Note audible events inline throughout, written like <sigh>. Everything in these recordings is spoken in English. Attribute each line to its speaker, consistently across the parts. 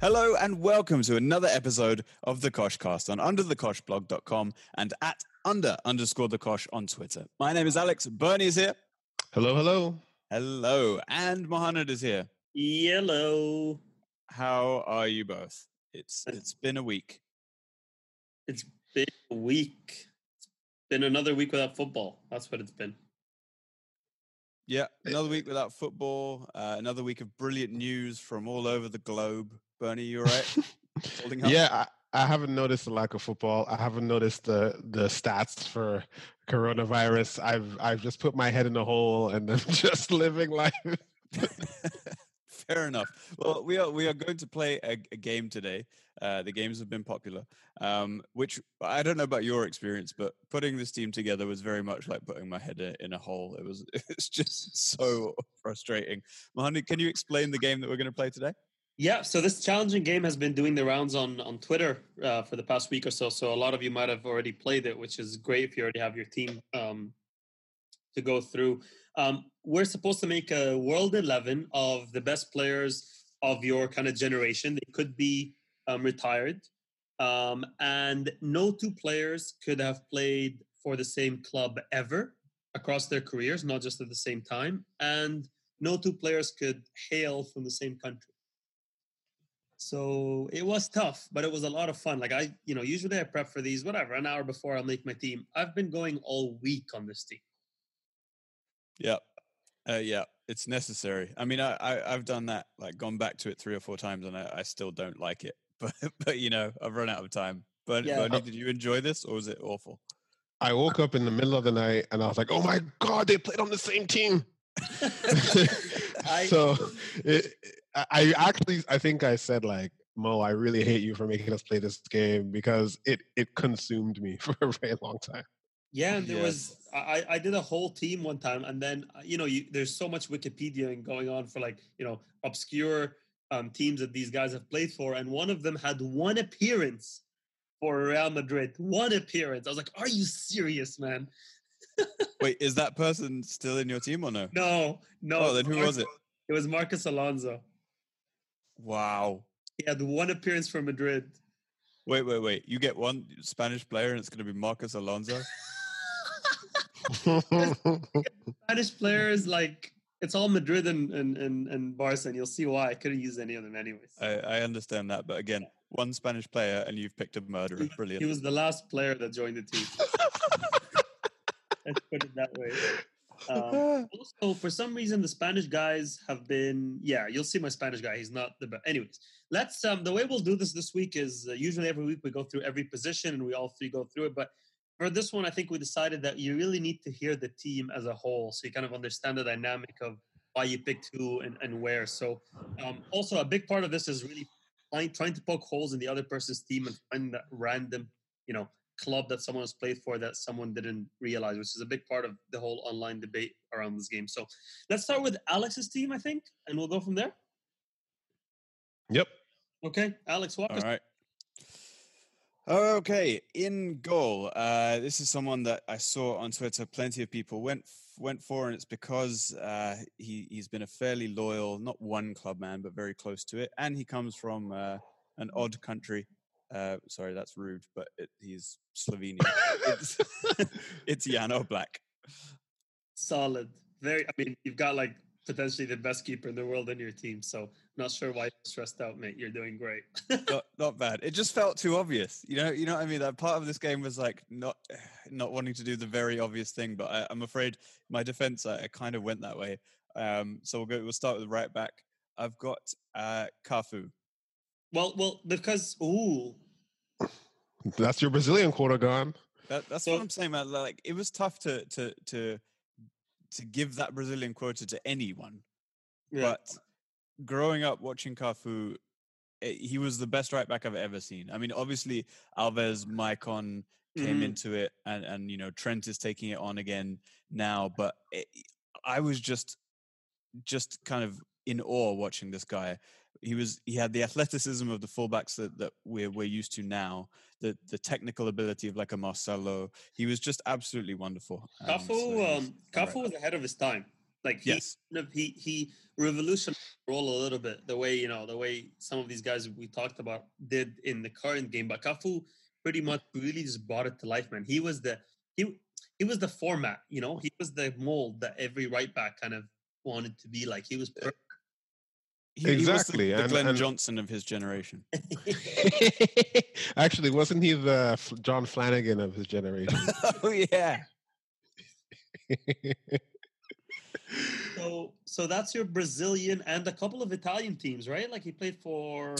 Speaker 1: Hello and welcome to another episode of the Koshcast on underthekoshblog.com and at under underscore the Kosh on Twitter. My name is Alex. Bernie is here.
Speaker 2: Hello, hello.
Speaker 1: Hello. And Mohamed is here.
Speaker 3: Yellow.
Speaker 1: How are you both? It's it's been a week.
Speaker 3: It's been a week. It's been another week without football. That's what it's been.
Speaker 1: Yeah, another week without football. Uh, another week of brilliant news from all over the globe. Bernie, you all
Speaker 2: <laughs>
Speaker 1: right? Holding up?
Speaker 2: yeah, I, I haven't noticed the lack of football. I haven't noticed the the stats for coronavirus. I've I've just put my head in a hole and I'm <laughs> just living life.
Speaker 1: <laughs> Fair enough. Well, we are we are going to play a, a game today. Uh, the games have been popular, um, which I don't know about your experience, but putting this team together was very much like putting my head i- in a hole. It was <laughs> it's just so frustrating. Mohamed, can you explain the game that we're going to play today?
Speaker 3: Yeah, so this challenging game has been doing the rounds on on Twitter uh, for the past week or so. So a lot of you might have already played it, which is great if you already have your team um, to go through. Um, we're supposed to make a world eleven of the best players of your kind of generation. They could be um, retired, um, and no two players could have played for the same club ever across their careers, not just at the same time, and no two players could hail from the same country. So it was tough, but it was a lot of fun. Like I, you know, usually I prep for these whatever an hour before I'll make my team. I've been going all week on this team.
Speaker 1: Yeah, uh, yeah, it's necessary. I mean, I, I I've done that, like gone back to it three or four times, and I, I still don't like it. <laughs> But but you know, I've run out of time. But
Speaker 3: Yeah.
Speaker 1: Bernie, did you enjoy this, or was it awful?
Speaker 2: I woke up in the middle of the night and I was like, "Oh my god, they played on the same team."
Speaker 3: I-
Speaker 2: so, <laughs> it, I- I actually I think I said like, "Mo, I really hate you for making us play this game because it it consumed me <laughs> for a very long time."
Speaker 3: Yeah, and there was
Speaker 1: Yes.
Speaker 3: I I- I did a whole team one time, and then uh, you know you, there's so much Wikipedia and going on for like you know obscure um, teams that these guys have played for, and one of them had one appearance for Real Madrid, one appearance. I was like, are you serious, man?
Speaker 1: <laughs> Wait, is that person still in your team or no?
Speaker 3: No, no.
Speaker 1: Oh, then who was it?
Speaker 3: It was Marcus Alonso.
Speaker 1: Wow.
Speaker 3: He had one appearance for Madrid.
Speaker 1: Wait, wait, wait. You get one Spanish player and it's going to be Marcus Alonso?
Speaker 3: Spanish players like it's all Madrid and and and, and Barca, and you'll see why I couldn't use any of them anyways.
Speaker 1: I, I understand that. But again, one Spanish player and you've picked a murderer.
Speaker 3: he
Speaker 1: Brilliant.
Speaker 3: was the last player that joined the team. <laughs> Let's put it that way. Um, also, for some reason, the Spanish guys have been. Yeah, you'll see my Spanish guy. He's not the best. Anyways, let's. Um, the way we'll do this this week is uh, usually every week we go through every position and we all three go through it. But for this one, I think we decided that you really need to hear the team as a whole, so you kind of understand the dynamic of why you picked who and, and where. So, um, also a big part of this is really find, trying to poke holes in the other person's team and find that random, you know, club that someone has played for that someone didn't realize, which is a big part of the whole online debate around this game. So let's start with Alex's team, I think, and we'll go from there.
Speaker 2: <laughs> yep.
Speaker 3: Okay, Alex Walker.
Speaker 1: All right. Okay, in goal. Uh, this is someone that I saw on Twitter. Plenty of people went f- went for, and it's because uh, he he's been a fairly loyal, not one club man, but very close to it. And he comes from uh, an odd country. Uh, sorry, that's rude, but it, he's Slovenia. it's, <laughs> it's Jan Oblak.
Speaker 3: Solid. Very, I mean, you've got like potentially the best keeper in the world in your team. So not sure why you're stressed out, mate. You're doing great. <laughs>
Speaker 1: not, not bad. It just felt too obvious. You know, you know what I mean. That part of this game was like not <sighs> not wanting to do the very obvious thing, but I, I'm afraid my defense I, I kind of went that way. Um, so we'll go. We'll start with right back. I've got uh, Cafu.
Speaker 3: well, well, because, ooh,
Speaker 2: That's your Brazilian quarter gone.
Speaker 1: That, that's
Speaker 3: So-
Speaker 1: what I'm saying. Man. Like it was tough to to to to give that Brazilian quota to anyone.
Speaker 3: yeah.
Speaker 1: But growing up watching Cafu, eh, he was the best right back I've ever seen. I mean, obviously Alves, Maicon, came
Speaker 3: Mhm.
Speaker 1: into it and and you know Trent is taking it on again now but it, I was just just kind of in awe watching this guy he was he had the athleticism of the fullbacks that, that we're we're used to now the the technical ability of like a Marcelo he was just absolutely wonderful Um, so
Speaker 3: Cafu,
Speaker 1: he's
Speaker 3: um,
Speaker 1: all right.
Speaker 3: Cafu was ahead of his time. Like he,
Speaker 1: Yes.
Speaker 3: kind of- he he revolutionized the role a little bit. The way you know the way some of these guys we talked about did in the current game, but Kafu pretty much really just brought it to life, man. He was the he he was the format, you know. He was the mold that every right back kind of wanted to be like. He was perfect.
Speaker 1: He, he was the-
Speaker 2: Exactly,
Speaker 1: the,
Speaker 2: and-
Speaker 1: Glenn
Speaker 2: and-
Speaker 1: Johnson of his generation.
Speaker 2: <laughs> Actually, wasn't he the F- John Flanagan of his generation?
Speaker 1: <laughs> oh yeah.
Speaker 3: so so that's your Brazilian and a couple of Italian teams, right? Like he played for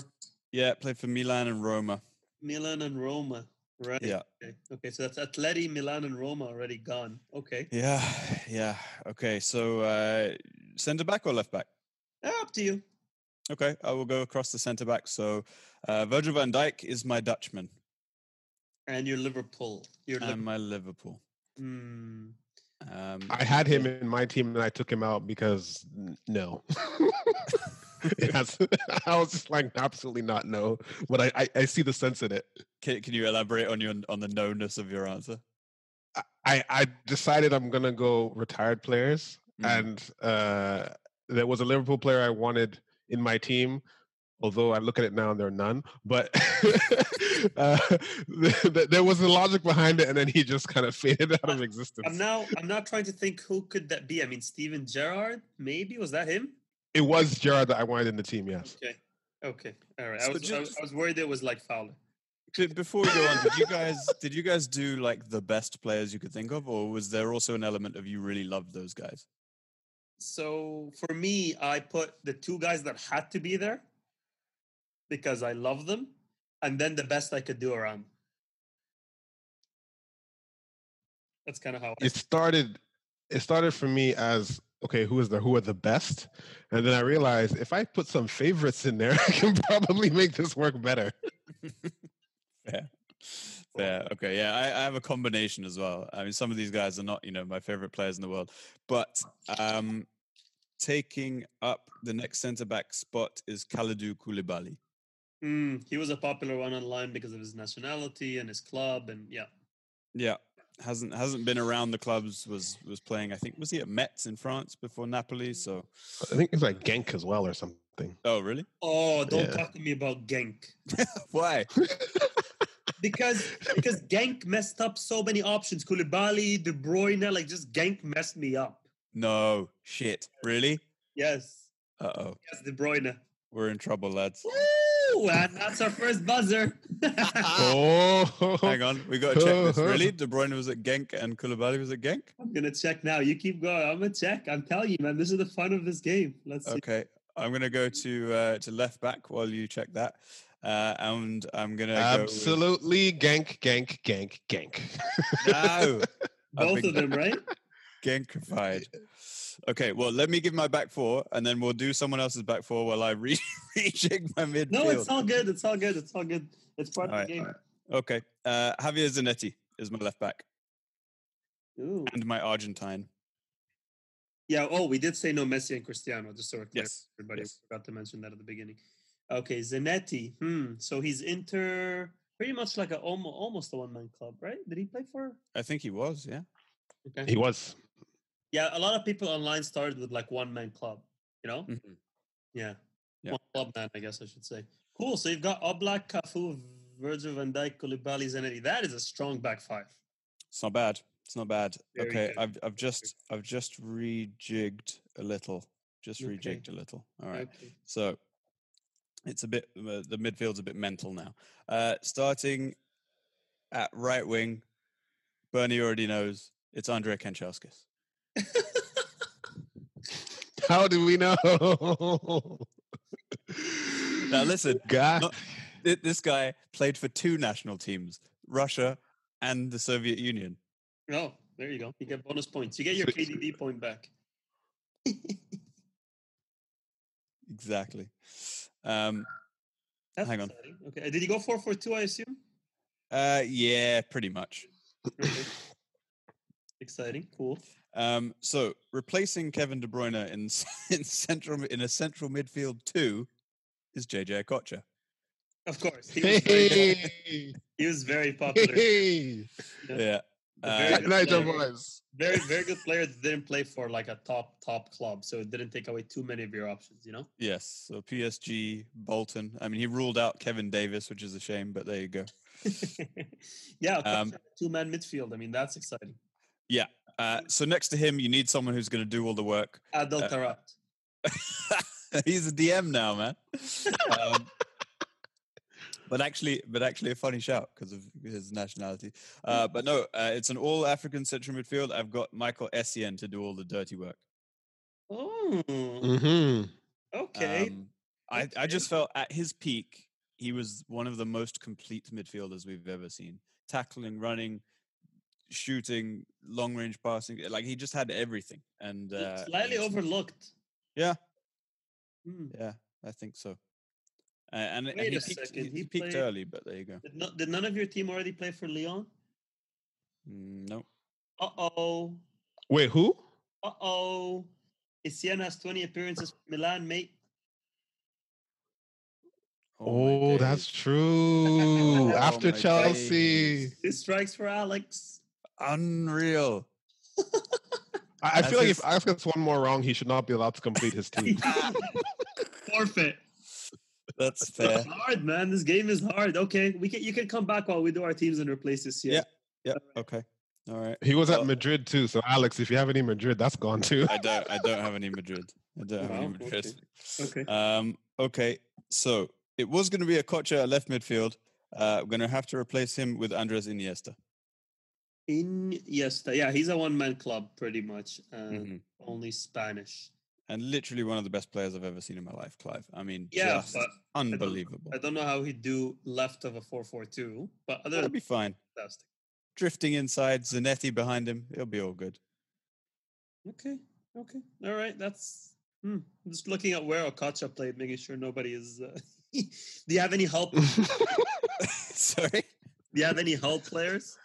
Speaker 1: Yeah, played for Milan and Roma.
Speaker 3: Milan and Roma, right?
Speaker 1: Yeah.
Speaker 3: Okay. okay, so that's Atleti, Milan, and Roma already gone. Okay,
Speaker 1: Yeah, yeah. Okay, so uh centre back or left back?
Speaker 3: Ah, up to you.
Speaker 1: Okay, I will go across the centre back. So uh Virgil van Dijk is my Dutchman
Speaker 3: And your Liverpool, your Liverpool.
Speaker 1: and my Liverpool.
Speaker 3: Mm.
Speaker 1: Um
Speaker 2: I had him in my team and I took him out because n- no. <laughs> yes. <laughs> I was just like absolutely not no, but I, I, I see the sense in it.
Speaker 1: can, can you elaborate on your on the no-ness of your answer?
Speaker 2: I, I decided I'm gonna go retired players,
Speaker 1: Mm.
Speaker 2: and uh, there was a Liverpool player I wanted in my team. Although I look at it now and there are none, but <laughs> uh, <laughs> th- th- there was a logic behind it, and then he just kind of <laughs> faded out of existence.
Speaker 3: I'm now I'm now trying to think who could that be. I mean, Steven Gerrard, maybe was that him?
Speaker 2: it was Gerard that I wanted in the team. Yes,
Speaker 3: Okay, okay, all right. I
Speaker 1: So
Speaker 3: was I, was-
Speaker 1: just-
Speaker 3: I was worried it was like Fowler.
Speaker 1: Be- Before we go on, did you guys did you guys do like the best players you could think of, or was there also an element of you really loved those guys?
Speaker 3: So for me, I put the two guys that had to be there because I love them, and then the best I could do around. them. That's kind of how. I,
Speaker 2: it started. It started for me as okay, who is the who are the best, and then I realized if I put some favorites in there, <laughs> I can probably make this work better.
Speaker 1: Fair. Fair. Okay. Yeah, I, I have a combination as well. I mean, some of these guys are not, you know, my favorite players in the world. But um taking up the next centre back spot is Kalidou Koulibaly.
Speaker 3: Mm, he was a popular one online because of his nationality and his club, and yeah.
Speaker 1: Yeah. Hasn't hasn't been around the clubs, was was playing, I think was he at Metz in France before Napoli? So
Speaker 2: I think it's like Genk as well or something.
Speaker 1: Oh
Speaker 3: <laughs>
Speaker 1: really?
Speaker 3: Oh, don't
Speaker 2: Yeah.
Speaker 3: talk to me about Genk
Speaker 1: Why?
Speaker 3: because because Genk messed up so many options. Koulibaly, De Bruyne, like just Genk messed me up.
Speaker 1: No. Shit. Really?
Speaker 3: Yes,
Speaker 1: Uh oh.
Speaker 3: yes, De Bruyne.
Speaker 1: We're in trouble, lads.
Speaker 3: Woo! And that's our
Speaker 1: <laughs>
Speaker 3: first buzzer.
Speaker 2: oh,
Speaker 1: Hang
Speaker 2: <laughs>
Speaker 1: on, we gotta check this.
Speaker 2: Uh-huh.
Speaker 1: Really? De Bruyne was at Genk and Koulibaly was at Genk?
Speaker 3: I'm gonna check now. You keep going. I'm gonna check. I'm telling you, man. This is the fun of this game. Let's see.
Speaker 1: Okay, I'm gonna go to uh, to left back while you check that, uh, and I'm gonna
Speaker 3: <laughs>
Speaker 2: Absolutely, gank, gank, gank, gank.
Speaker 1: Go with, I've
Speaker 3: both
Speaker 1: been-
Speaker 3: of them,
Speaker 1: <laughs>
Speaker 3: right?
Speaker 1: no, genkified. Okay, well, let me give my back four, and then we'll do someone else's back four while I re- <laughs> rejig my midfield.
Speaker 3: No, it's all good. It's all good. It's all good. It's part
Speaker 1: All
Speaker 3: of
Speaker 1: right,
Speaker 3: the game.
Speaker 1: okay, uh, Javier Zanetti is my left back
Speaker 3: Ooh.
Speaker 1: and my Argentine.
Speaker 3: Yeah. Oh, we did say no Messi and Cristiano. Just so we're clear.
Speaker 1: Yes,
Speaker 3: Everybody
Speaker 1: yes.
Speaker 3: forgot to mention that at the beginning. Okay, Zanetti. Hmm. So he's Inter, pretty much like a almo- almost a one man club, right? Did he play for?
Speaker 1: I think he was. Yeah,
Speaker 3: Okay.
Speaker 2: He was.
Speaker 3: Yeah, a lot of people online started with like one man club. You know. Yeah.
Speaker 1: Mm-hmm. Yeah.
Speaker 3: One club man, I guess I should say. Cool. So you've got Oblak, Cafu, Virgil van Dijk, Koulibaly, Zanetti. That is a strong back five.
Speaker 1: it's not bad. It's not bad.
Speaker 3: Very
Speaker 1: okay,
Speaker 3: good.
Speaker 1: I've I've just I've just rejigged a little. Just
Speaker 3: Okay.
Speaker 1: rejigged a little. All right.
Speaker 3: Okay.
Speaker 1: So it's a bit uh, the midfield's a bit mental now. Uh, starting at right wing, Bernie already knows it's Andrea Kanchelskis.
Speaker 2: How do we know?
Speaker 1: Now
Speaker 2: <laughs>
Speaker 1: listen,
Speaker 2: God,
Speaker 1: not- thi- this guy played for two national teams, Russia and the Soviet Union.
Speaker 3: Oh, there you go. You get bonus points. You get your
Speaker 2: Sweet.
Speaker 3: KDB point back. <laughs>
Speaker 1: Exactly. Um,
Speaker 3: That's
Speaker 1: Hang on.
Speaker 3: exciting. Okay. Uh, Did you go 4 4 2, I assume?
Speaker 1: uh, yeah, pretty much.
Speaker 3: Okay. exciting. Cool.
Speaker 1: Um, so replacing Kevin De Bruyne in, s- <laughs> in central in a central midfield two is JJ Okocha.
Speaker 3: Of course. He was very,
Speaker 2: hey,
Speaker 1: <laughs>
Speaker 3: he was very
Speaker 2: <laughs>
Speaker 3: popular.
Speaker 2: hey.
Speaker 1: Yeah. Uh,
Speaker 3: Very-
Speaker 2: Night
Speaker 3: player.
Speaker 2: Vibes.
Speaker 3: Very, very good player that didn't play for like a top, top club. So it didn't take away too many of your options, you know? <laughs>
Speaker 1: yes, so PSG, Bolton. I mean, he ruled out Kevin Davis, which is a shame, but there you go.
Speaker 3: yeah,
Speaker 1: Um,
Speaker 3: two man midfield. I mean, that's exciting.
Speaker 1: Uh, so next to him, you need someone who's going to do all the work. <laughs>
Speaker 3: Adel
Speaker 1: Uh,
Speaker 3: Taarabt.
Speaker 1: He's a DM now, man. um, but actually, but actually, a funny shout because of his nationality. Uh, but no, uh, it's an all-African central midfield. I've got Michael Essien to do all the dirty work.
Speaker 3: Oh,
Speaker 2: Mm-hmm.
Speaker 3: okay.
Speaker 1: Um, I, I just felt at his peak, he was one of the most complete midfielders we've ever seen. Tackling, running, shooting, long range passing. eh, Like he just had everything. And uh,
Speaker 3: Slightly
Speaker 1: it's-
Speaker 3: overlooked.
Speaker 1: Yeah.
Speaker 3: Hmm.
Speaker 1: Yeah, I think so. Uh, and and
Speaker 3: Wait
Speaker 1: he,
Speaker 3: a
Speaker 1: peaked,
Speaker 3: second,
Speaker 1: he,
Speaker 3: he
Speaker 1: he peaked
Speaker 3: played-
Speaker 1: early, but there you go.
Speaker 3: Did, no, did none of your team already play for Lyon?
Speaker 1: Mm, No.
Speaker 3: Uh oh.
Speaker 2: Wait, who?
Speaker 3: Uh oh. Essien has 20 appearances for Milan, mate.
Speaker 1: my
Speaker 2: Oh,
Speaker 1: days.
Speaker 2: that's true.
Speaker 1: <laughs> Oh
Speaker 2: After
Speaker 1: my
Speaker 2: Chelsea,
Speaker 1: days.
Speaker 3: Six strikes for Alex.
Speaker 1: unreal.
Speaker 2: I, I
Speaker 1: That's
Speaker 2: feel like
Speaker 1: his-
Speaker 2: if Alex gets one more wrong, he should not be allowed to complete
Speaker 1: <laughs>
Speaker 2: his team.
Speaker 3: Forfeit. <laughs>
Speaker 1: That's
Speaker 3: It's
Speaker 1: fair.
Speaker 3: hard, man. This game is hard. Okay, we can you can come back while we do our teams and replace this year.
Speaker 1: Yeah. yeah. Okay. All right.
Speaker 2: He was
Speaker 1: Well-
Speaker 2: at Madrid too. So Alex, if you have any Madrid, that's gone
Speaker 1: <laughs>
Speaker 2: too. <laughs>
Speaker 1: I don't. I don't have any Madrid. I don't have any
Speaker 3: Wow,
Speaker 1: Madrid.
Speaker 3: Okay.
Speaker 1: Um, okay, so it was going to be a Kocha at left midfield. Uh, we're going to have to replace him with Andres Iniesta.
Speaker 3: In yes, yeah, he's a one man club pretty much. Um,
Speaker 1: Mhm.
Speaker 3: Only Spanish.
Speaker 1: And literally one of the best players I've ever seen in my life, Clive. I mean,
Speaker 3: Yeah,
Speaker 1: just
Speaker 3: but
Speaker 1: unbelievable.
Speaker 3: I don't know how he'd do left of a four four two. But other
Speaker 1: That'll
Speaker 3: than
Speaker 1: be fine.
Speaker 3: fantastic.
Speaker 1: Drifting inside, Zanetti behind him. It'll be all good. <laughs>
Speaker 3: Okay. Okay. All right. That's. Hmm. I'm just looking at where Okacha played, making sure nobody is. Uh, <laughs> do you have any
Speaker 1: <laughs>
Speaker 3: help? Do
Speaker 1: Sorry.
Speaker 3: you have any help players?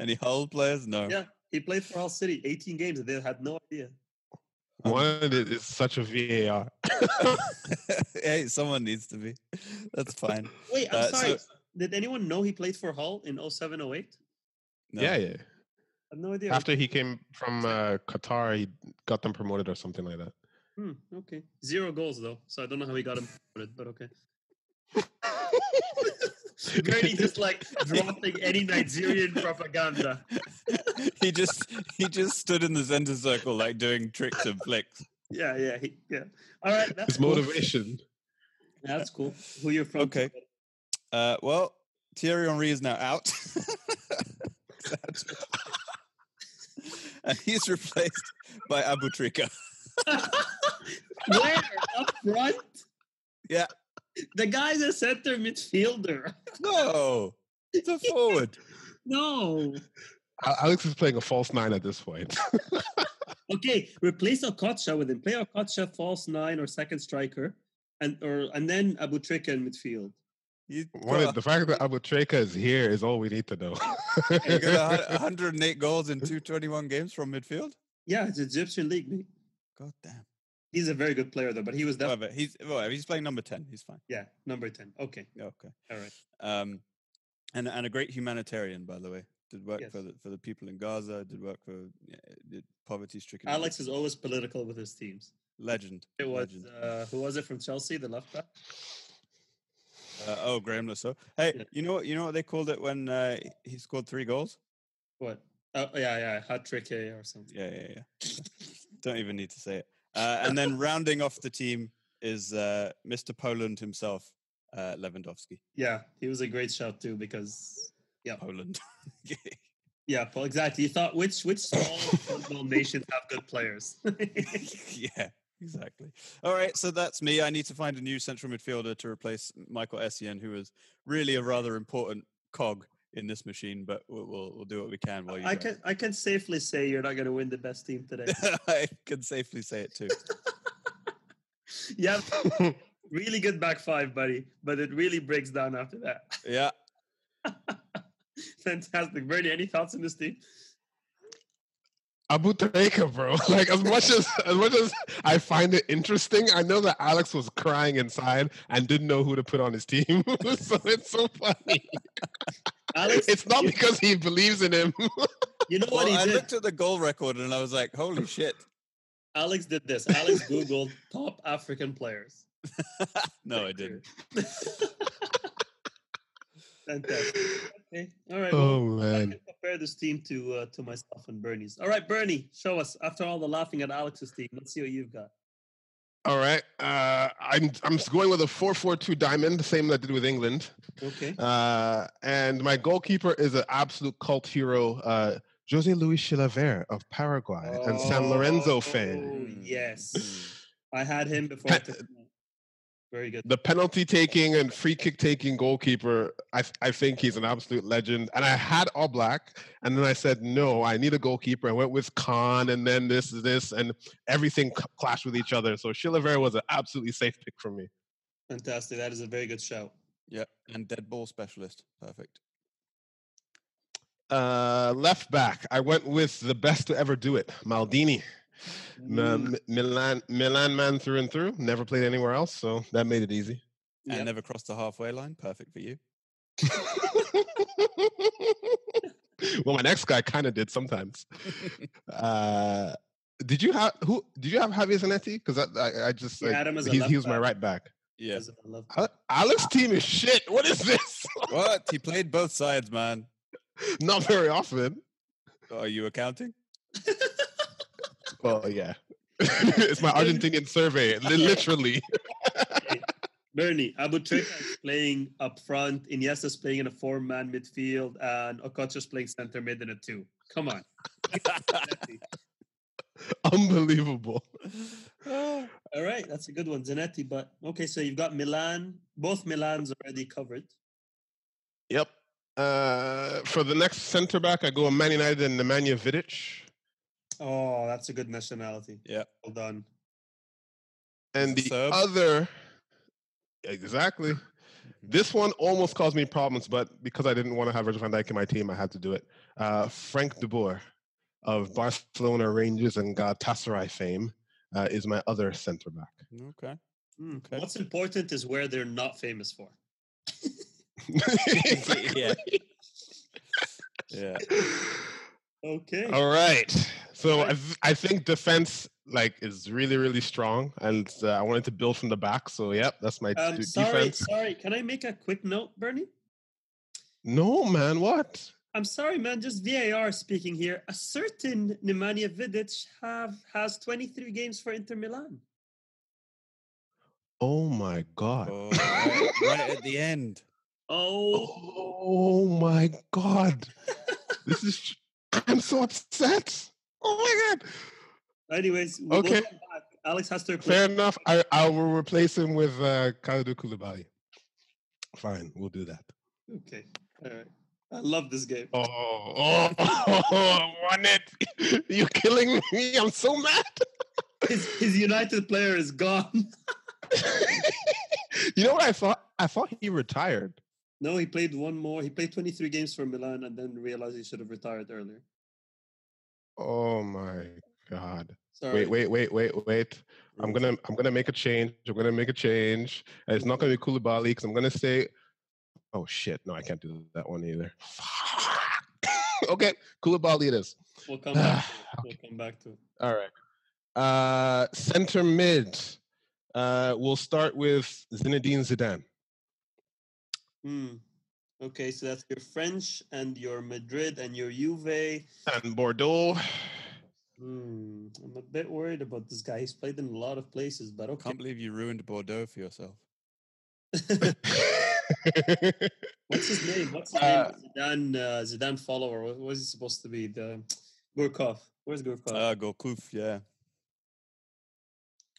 Speaker 1: Any Hull players? No.
Speaker 3: Yeah, he played for Hull City, 18 games, and they had no idea.
Speaker 2: one it is such a VAR.
Speaker 1: <laughs> hey, someone needs to be. That's fine.
Speaker 3: Wait, I'm
Speaker 1: Uh, so-
Speaker 3: sorry. Did anyone know he played for Hull in 07 08?
Speaker 1: No.
Speaker 2: Yeah, yeah.
Speaker 3: I have no idea.
Speaker 2: After he came from uh, Qatar, he got them promoted or something like
Speaker 1: <laughs>
Speaker 2: that.
Speaker 3: Hmm, okay. Zero goals, though. So I don't know how he got him, promoted, but
Speaker 1: <laughs>
Speaker 3: okay. Gurney just like dropping any Nigerian propaganda.
Speaker 1: <laughs> he just he just stood in the center circle like doing tricks and flicks.
Speaker 3: Yeah, yeah, he, yeah. All right.
Speaker 2: <laughs> His
Speaker 3: That's cool.
Speaker 1: <laughs>
Speaker 2: motivation.
Speaker 3: That's cool. Who you're from.
Speaker 1: Okay. Uh, well, Thierry Henry is now out. <laughs> Sad. and <laughs> he's replaced by Abu Trika.
Speaker 3: <laughs> Where? Up front?
Speaker 1: Yeah.
Speaker 3: The guy's a center midfielder.
Speaker 1: No, it's a forward.
Speaker 3: <laughs> No.
Speaker 2: A- Alex is playing a false nine at this point. <laughs>
Speaker 3: Okay, replace Okocha with him. Play Okocha false nine or second striker, and or and then Abu Trika in midfield.
Speaker 1: You-
Speaker 2: One of- the fact that Abu Treka is here is all we need to know.
Speaker 1: you
Speaker 2: <laughs>
Speaker 1: got a
Speaker 3: <laughs>
Speaker 1: hun- 108 goals in 221 games from midfield.
Speaker 3: Yeah, it's Egyptian league. Mate.
Speaker 1: God damn.
Speaker 3: He's a very good player though, but he was definitely
Speaker 1: Whatever. He's whatever. He's playing number 10. He's fine.
Speaker 3: yeah number ten. Okay,
Speaker 1: Yeah, Okay.
Speaker 3: all right.
Speaker 1: Um, and and a great humanitarian, by the way. Did work for
Speaker 3: Yes.
Speaker 1: the for the people in Gaza. Did work for yeah, did poverty-stricken.
Speaker 3: Alex is always political with his teams.
Speaker 1: legend.
Speaker 3: It was
Speaker 1: legend.
Speaker 3: uh, who was it from Chelsea? The left back.
Speaker 1: Uh, oh, Graham Lasso. Hey,
Speaker 3: Yeah.
Speaker 1: you know what? You know what they called it when uh, he scored three goals?
Speaker 3: What? Oh yeah, yeah, hat trick eh, or something.
Speaker 1: Yeah, yeah, yeah.
Speaker 3: <laughs>
Speaker 1: Don't even need to say it. Uh, and then rounding off the team is uh, Mr. Poland himself, uh, Lewandowski.
Speaker 3: Yeah, he was a great shot too because
Speaker 1: Poland. <laughs>
Speaker 3: yeah, Paul, exactly. You thought which
Speaker 1: <laughs>
Speaker 3: which small football nations have good players?
Speaker 1: yeah, exactly. All right, so that's me. I need to find a new central midfielder to replace Michael Essien, who is really a rather important cog in this machine. But we'll we'll, we'll do what we can while you.
Speaker 3: <laughs> I
Speaker 1: guys-
Speaker 3: can I can safely say you're not going to win the best team today.
Speaker 1: <laughs> I can safely say it too.
Speaker 3: <laughs>
Speaker 1: <laughs>
Speaker 3: You have really good back five, buddy, but it really breaks down after that. <laughs>
Speaker 1: Yeah.
Speaker 3: Fantastic. Bernie, any thoughts on this team?
Speaker 2: Abu Treka, bro. <laughs> Like as much as as much as I find it interesting, I know that Alex was crying inside and didn't know who to put on his team. <laughs> so it's so funny.
Speaker 3: Alex,
Speaker 2: It's not
Speaker 3: you,
Speaker 2: because he believes in him.
Speaker 3: You know
Speaker 1: Well,
Speaker 3: what he
Speaker 1: I
Speaker 3: did?
Speaker 1: looked at the goal record and I was like, holy shit.
Speaker 3: Alex did this. Alex Googled <laughs> top African players.
Speaker 1: No, I didn't.
Speaker 3: <laughs> Fantastic. Okay. All right. well,
Speaker 2: Oh
Speaker 3: I
Speaker 2: man.
Speaker 3: can compare this team to uh, to myself and Bernie's. All right, Bernie, show us. After all the laughing at Alex's team, let's see what you've got.
Speaker 2: All right. Uh, I'm I'm going with a four four two diamond, the same that I did with England.
Speaker 3: Okay.
Speaker 2: Uh, and my goalkeeper is an absolute cult hero, uh, Jose Luis Chilaver of Paraguay and San Lorenzo fan.
Speaker 3: Oh, yes.
Speaker 1: Mm.
Speaker 3: I had him before. I took him out. Very good.
Speaker 2: The penalty taking and free kick taking goalkeeper, I, I think he's an absolute legend. And I had All Black, and then I said, no, I need a goalkeeper. I went with Khan, and then this, this, and everything c- clashed with each other. So Chilaver was an absolutely safe pick for me.
Speaker 3: Fantastic. That is a very good show.
Speaker 1: Yep. And dead ball specialist. Perfect.
Speaker 2: Uh, left back, I went with the best to ever do it, Maldini.
Speaker 3: Mm.
Speaker 2: M- M- Milan, Milan man through and through. Never played anywhere else, so that made it easy.
Speaker 1: And
Speaker 3: Yep.
Speaker 1: never crossed the halfway line. Perfect for you.
Speaker 2: well, my next guy kind of did
Speaker 3: <laughs>
Speaker 2: sometimes. Uh, did you have who? Did you have Javier Zanetti? Because I, I, I just
Speaker 3: He
Speaker 2: like,
Speaker 3: had him as a
Speaker 2: he's- he was
Speaker 3: left
Speaker 2: my
Speaker 3: back.
Speaker 2: right back.
Speaker 1: Yeah.
Speaker 3: As uh, I love-
Speaker 2: Ale- Alex's team is shit. What is this? <laughs>
Speaker 1: what? He played both sides, man.
Speaker 2: Not very often.
Speaker 1: Are you accounting?
Speaker 2: Well, yeah. <laughs> it's my Argentinian
Speaker 3: <laughs>
Speaker 2: survey, li- literally. <laughs>
Speaker 3: Bernie, Abu Trika is playing up front. Iniesta's playing in a four-man midfield, and Okocha's playing center mid in a two. Come on.
Speaker 2: Unbelievable.
Speaker 3: All right, that's a good one, Zanetti. But okay, so you've got Milan. Both Milan's already covered.
Speaker 2: Yep. Uh, for the next center back, I go with Man United and Nemanja Vidic.
Speaker 3: Oh, that's a good nationality.
Speaker 1: Yeah.
Speaker 3: Well done.
Speaker 2: And
Speaker 1: He's
Speaker 2: the
Speaker 1: a sub. Mm-hmm.
Speaker 2: other, exactly. This one almost caused me problems, but because I didn't want to have Virgil van Dijk in my team, I had to do it. Uh, Frank de Boer of Barcelona Rangers and Galatasaray fame uh, is my other center <laughs> back.
Speaker 1: <laughs> <laughs>
Speaker 3: <laughs>
Speaker 1: Okay.
Speaker 3: Hmm.
Speaker 1: Okay.
Speaker 3: What's important is where they're not famous for.
Speaker 1: <laughs> yeah. Yeah.
Speaker 3: Okay.
Speaker 2: All right. So I, th- I think defense like is really really strong, and uh, I wanted to build from the back. So yep, that's my
Speaker 3: Um,
Speaker 2: d-
Speaker 3: sorry,
Speaker 2: defense.
Speaker 3: sorry. Can I make a quick note, Bernie?
Speaker 2: No man, what?
Speaker 3: I'm sorry, man. Just VAR speaking here. A certain Nemanja Vidic have has 23 games for Inter Milan.
Speaker 2: Oh my god.
Speaker 1: Oh, right, right at the end.
Speaker 3: Oh,
Speaker 2: Oh my god. this is tr- I'm so upset. Oh my god.
Speaker 3: anyways. we will
Speaker 2: Okay.
Speaker 3: come back. Alex has to replace.
Speaker 2: Fair enough. I, I will replace him with uh Kalidou Koulibaly. Fine, we'll do that.
Speaker 3: Okay. All right. I love this game.
Speaker 2: Oh, oh, <laughs> I won it. <laughs> You're killing me. I'm so mad.
Speaker 3: <laughs> His, his United player is gone.
Speaker 2: <laughs>
Speaker 3: <laughs>
Speaker 2: you know what I thought? I thought he retired.
Speaker 3: No, he played one more. He played 23 games for Milan and then realized he should have retired earlier.
Speaker 2: Oh my god.
Speaker 3: Sorry.
Speaker 2: Wait, wait, wait, wait, wait. I'm gonna I'm gonna make a change. I'm gonna make a change. And it's not gonna be Koulibaly because I'm gonna say Oh shit, no, I can't do that one either. <laughs> Fuck. okay, Koulibaly it is.
Speaker 3: We'll
Speaker 2: <sighs>
Speaker 3: come back. To it. We'll come back to it.
Speaker 2: All right. Uh center mid. Uh we'll start with Zinedine Zidane.
Speaker 3: Hmm. Okay, so that's your French and your Madrid and your Juve.
Speaker 2: And <laughs> Bordeaux.
Speaker 3: Hmm. I'm a bit worried about this guy. He's played in a lot of places, but okay.
Speaker 1: Can't believe you ruined Bordeaux for yourself.
Speaker 3: What's his name? What's his
Speaker 2: Uh,
Speaker 3: name? Zidane, uh, Zidane follower. What was he supposed to be? The Gurkov. Where's Gurkov?
Speaker 2: Uh,
Speaker 1: Ah, Gorkuf, yeah.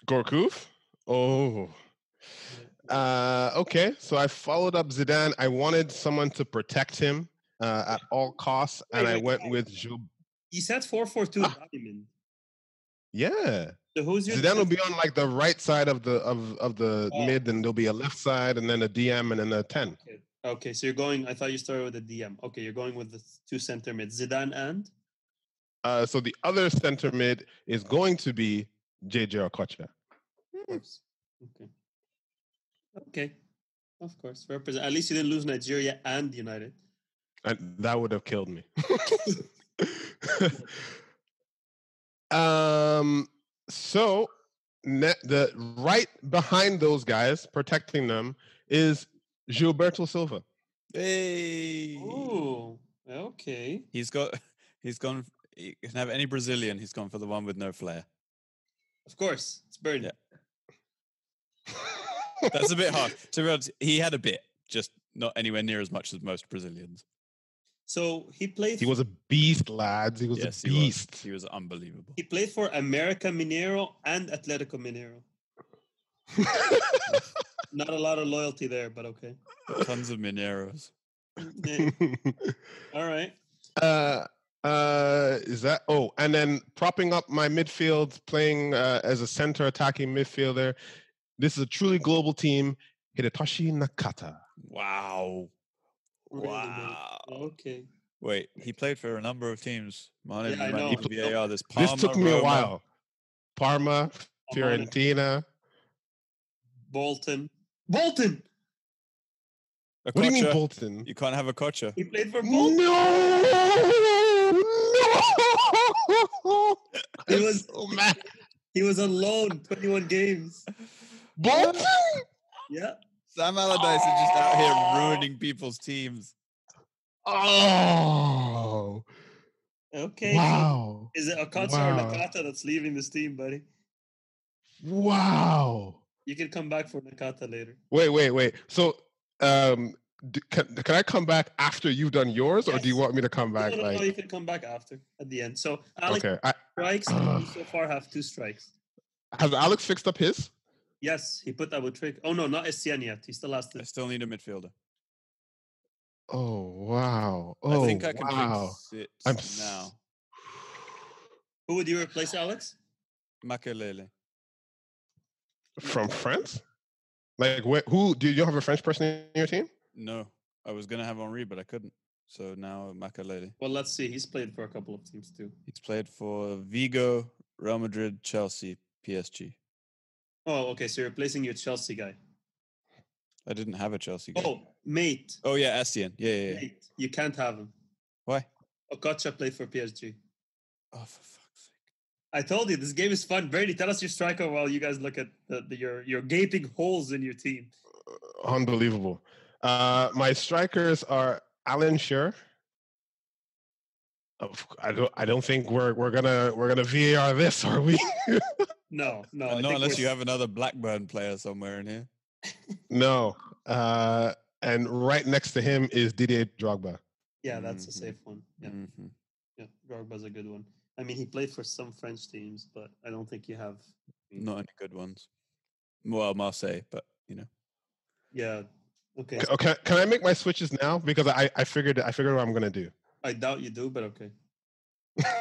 Speaker 2: Gorkuf? Oh. Uh, okay, so I followed up Zidane. I wanted someone to protect him uh, at all costs, and
Speaker 3: Wait,
Speaker 2: I
Speaker 3: wait,
Speaker 2: went
Speaker 3: wait.
Speaker 2: with Ju-
Speaker 3: he said 442 diamond.
Speaker 2: yeah.
Speaker 3: So who's your
Speaker 2: Ah. Zidane will be on like the right side of the of of the
Speaker 3: Oh.
Speaker 2: mid, and there'll be a left side, and then a DM, and then a ten.
Speaker 3: Okay. Okay, so you're going. I thought you started with a DM. Okay, you're going with the two center mids, Zidane and
Speaker 2: Uh, so the other center mid is going to be JJ Okocha.
Speaker 3: of
Speaker 2: Hmm.
Speaker 3: course. Okay. Okay. Of course. Represent. At least you didn't lose Nigeria and United.
Speaker 1: <laughs>
Speaker 2: And that would have killed me. <laughs> um. So ne- the right behind those guys, protecting them, is Gilberto Silva.
Speaker 1: Hey,
Speaker 3: Ooh, okay.
Speaker 1: he's got <laughs> he's gone. You can have any Brazilian. He's gone for the one with no flair.
Speaker 3: Of course, it's Bernie.
Speaker 1: Yeah. That's a bit hard. To be honest, he had a bit, just not anywhere near as much as most Brazilians.
Speaker 3: So he played.
Speaker 2: <laughs> he was a beast, lads. He was
Speaker 1: yes,
Speaker 2: a
Speaker 1: he was.
Speaker 2: beast.
Speaker 1: He was unbelievable.
Speaker 3: He played for America Mineiro and Atletico Mineiro. Not a lot of loyalty there, but okay.
Speaker 1: Tons of Mineros.
Speaker 2: <laughs>
Speaker 3: Yeah, All right.
Speaker 2: uh, uh, is that? Oh, and then propping up my midfield, playing uh, as a center attacking midfielder. This is a truly global team. Hidetoshi Nakata.
Speaker 1: Wow.
Speaker 3: Really good.
Speaker 1: Wow.
Speaker 3: Okay.
Speaker 1: Wait, he played for a number of teams. Mine
Speaker 3: Yeah, I
Speaker 1: might
Speaker 3: know.
Speaker 1: need to
Speaker 3: He
Speaker 1: be VAR. There's
Speaker 2: This
Speaker 1: Parma,
Speaker 2: took me a
Speaker 1: Roma,
Speaker 2: while. Parma,
Speaker 3: Amona,
Speaker 2: Fiorentina.
Speaker 3: Bolton. Bolton.
Speaker 1: a
Speaker 2: What do you mean,
Speaker 1: Kocha.
Speaker 2: Bolton?
Speaker 1: You can't have a Kocha.
Speaker 3: He played for Bolton.
Speaker 2: No! No!
Speaker 3: It
Speaker 2: I'm
Speaker 3: was-
Speaker 2: so mad.
Speaker 3: He was on loan, 21 games.
Speaker 2: Bolton?
Speaker 3: Yeah.
Speaker 1: Sam Allardyce is just out here ruining people's teams.
Speaker 2: Oh!
Speaker 3: Okay. so
Speaker 2: Wow!
Speaker 3: Is it Akata
Speaker 2: Wow.
Speaker 3: or Nakata that's leaving this team, buddy?
Speaker 2: Wow!
Speaker 3: You can come back for Nakata later.
Speaker 2: Wait, wait, wait. So, um, d can, can I come back after you've done yours, or do you
Speaker 3: Yes.
Speaker 2: want me to come
Speaker 3: No,
Speaker 2: back?
Speaker 3: no, no, you
Speaker 2: Like,
Speaker 3: can come back after at the end. So Alex
Speaker 2: okay. I, <sighs>
Speaker 3: strikes
Speaker 2: Ugh.
Speaker 3: and we so far have two strikes.
Speaker 2: has Alex fixed up his?
Speaker 3: Yes, he put Abu Trick. Oh no, not Essien yet. He still has
Speaker 1: I
Speaker 3: to.
Speaker 1: still need a midfielder.
Speaker 2: Oh wow! Oh
Speaker 1: I think I can
Speaker 2: wow!
Speaker 1: fix it
Speaker 2: I'm s-
Speaker 1: now.
Speaker 3: Who would you replace, Alex?
Speaker 1: Makalele.
Speaker 2: From France? Like, wh- who do you have a French person in your team?
Speaker 1: No, I was gonna have Henri, but I couldn't. So now Makalele.
Speaker 3: Well, let's see. He's played for a couple of teams too.
Speaker 1: He's played for Vigo, Real Madrid, Chelsea, PSG.
Speaker 3: Oh, okay. So you're replacing your Chelsea guy.
Speaker 1: I didn't have a Chelsea guy.
Speaker 3: Oh, mate,
Speaker 1: Oh, yeah, Essien. Yeah, yeah, yeah.
Speaker 3: mate, you can't have him.
Speaker 1: Why?
Speaker 3: Okocha played for PSG.
Speaker 1: Oh, for fuck's sake.
Speaker 3: I told you this game is fun. Brady, tell us your striker while you guys look at the, the, your your gaping holes in your team.
Speaker 2: Unbelievable. Uh, my strikers are Alan Shearer. Of c- I don't. I don't think we're we're gonna we're gonna VAR this, are we? <laughs>
Speaker 3: No, no, Uh, I
Speaker 1: And not
Speaker 3: think
Speaker 1: unless
Speaker 3: we're-
Speaker 1: you have another Blackburn player somewhere in here.
Speaker 2: no. Uh, and right next to him is Didier Drogba.
Speaker 3: Yeah, that's a
Speaker 1: Mhm.
Speaker 3: safe one. Yeah,
Speaker 1: Mhm.
Speaker 3: yeah, Drogba's a good one. I mean, he played for some French teams, but I don't think you have. Mm.
Speaker 1: Not any good ones. Well, Marseille, but, you know.
Speaker 3: Yeah. Okay.
Speaker 2: C- Okay, can I make my switches now? Because I I figured I figured what I'm gonna do.
Speaker 3: I doubt you do, but okay.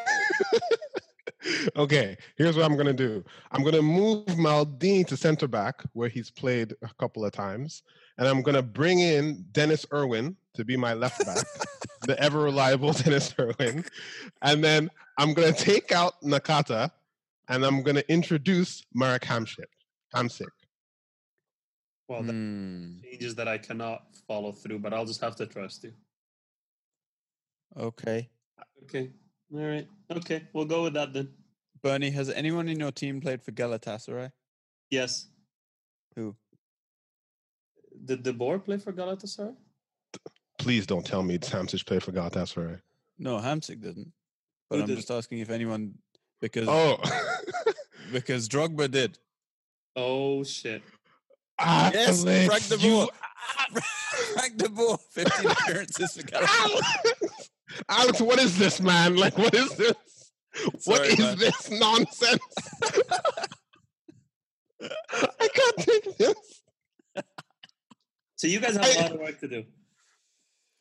Speaker 2: <laughs> okay, here's what I'm gonna do. I'm gonna move Maldini to center back, where he's played a couple of times, and I'm gonna bring in Dennis Irwin to be my left
Speaker 1: <laughs>
Speaker 2: back, the ever reliable <laughs> Dennis Irwin, and then I'm gonna take out Nakata, and I'm gonna introduce Marek Hamsik. Hamsik.
Speaker 3: Well, that
Speaker 1: Hmm.
Speaker 3: changes that I cannot follow through, but I'll just have to trust you.
Speaker 1: Okay.
Speaker 3: Okay. All right. Okay. We'll go with that then.
Speaker 1: Bernie, has anyone in your team played for Galatasaray?
Speaker 3: Yes.
Speaker 1: Who?
Speaker 3: Did De Boer play for Galatasaray?
Speaker 2: Please don't tell me Hamsik played for Galatasaray.
Speaker 1: No, Hamsik didn't. But
Speaker 3: Who
Speaker 1: I'm
Speaker 3: did?
Speaker 1: just asking if anyone, because
Speaker 2: Oh,
Speaker 1: because Drogba did.
Speaker 3: Oh shit.
Speaker 1: Yes,
Speaker 2: <laughs> Alex,
Speaker 1: Frank de
Speaker 2: you
Speaker 1: Boer. Frank de Boer, 15 <laughs> appearances
Speaker 2: <laughs>
Speaker 1: for Galatasaray.
Speaker 2: Alex, Alex, what is this, man? Like, what is this? what
Speaker 1: Sorry,
Speaker 2: is
Speaker 1: man.
Speaker 2: this nonsense? I can't take this
Speaker 3: So you guys have a lot of work to do.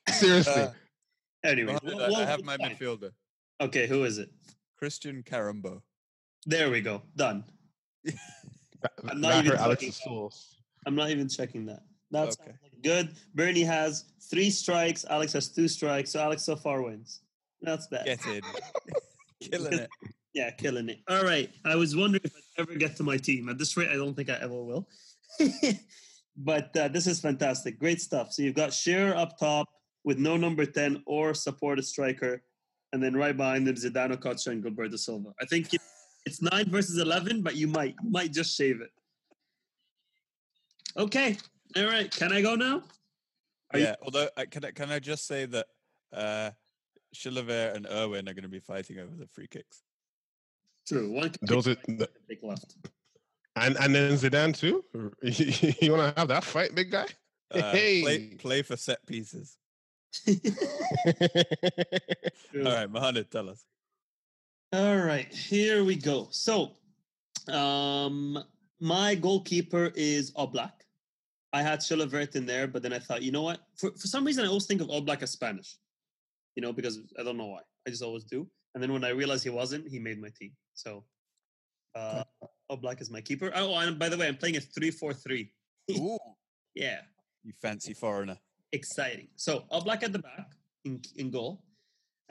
Speaker 2: seriously.
Speaker 1: Uh,
Speaker 3: Anyway,
Speaker 1: Behind
Speaker 3: we'll-
Speaker 1: that, I
Speaker 3: we'll-
Speaker 1: have
Speaker 3: we'll
Speaker 1: my
Speaker 3: find.
Speaker 1: midfielder,
Speaker 3: Okay, who is it?
Speaker 1: Christian Carambo.
Speaker 3: There we go. Done.
Speaker 2: That-
Speaker 3: I'm not
Speaker 2: that hurt
Speaker 3: even talking
Speaker 2: Alex's
Speaker 3: about-
Speaker 2: tools.
Speaker 3: I'm not even checking that. That's
Speaker 1: Okay.
Speaker 3: good. Bernie has three strikes. Alex has two strikes. So Alex so far wins. That's
Speaker 1: <laughs>
Speaker 3: that.
Speaker 1: Get in. <laughs> Killing it.
Speaker 3: Yeah, killing it. All right. I was wondering if I'd ever get to my team. At this rate, I don't think I ever will. <laughs> but uh, this is fantastic. Great stuff. So you've got Shearer up top with no number 10 or supported striker. and then right behind them Zidane, Okocha, and Gilberto Silva. I think it- it's nine versus eleven, but you might you might just shave it. Okay, all right. Can I go now? Are you-
Speaker 1: Oh, yeah. although I, can I can I just say that uh, Chilavert and Irwin are going to be fighting over the free kicks.
Speaker 3: True. One can
Speaker 2: Those are the-
Speaker 3: take left.
Speaker 2: and and then Zidane too. <laughs> you want to have that fight, big guy? <laughs>
Speaker 1: Uh,
Speaker 2: Hey.
Speaker 1: play, play for set pieces.
Speaker 3: <laughs> True.
Speaker 1: All right, Mohamed, tell us.
Speaker 3: All right, here we go. So, um, my goalkeeper is Oblak. I had Chilavert in there, but then I thought, you know what? For, for some reason, I always think of Oblak as Spanish, you know, because I don't know why. I just always do. And then when I realized he wasn't, he made my team. So, uh, Oblak is my keeper. Oh, and by the way, I'm playing a 3 4 3.
Speaker 1: Ooh,
Speaker 3: Yeah,
Speaker 1: <laughs> you fancy foreigner.
Speaker 3: exciting. So, Oblak at the back in, in goal.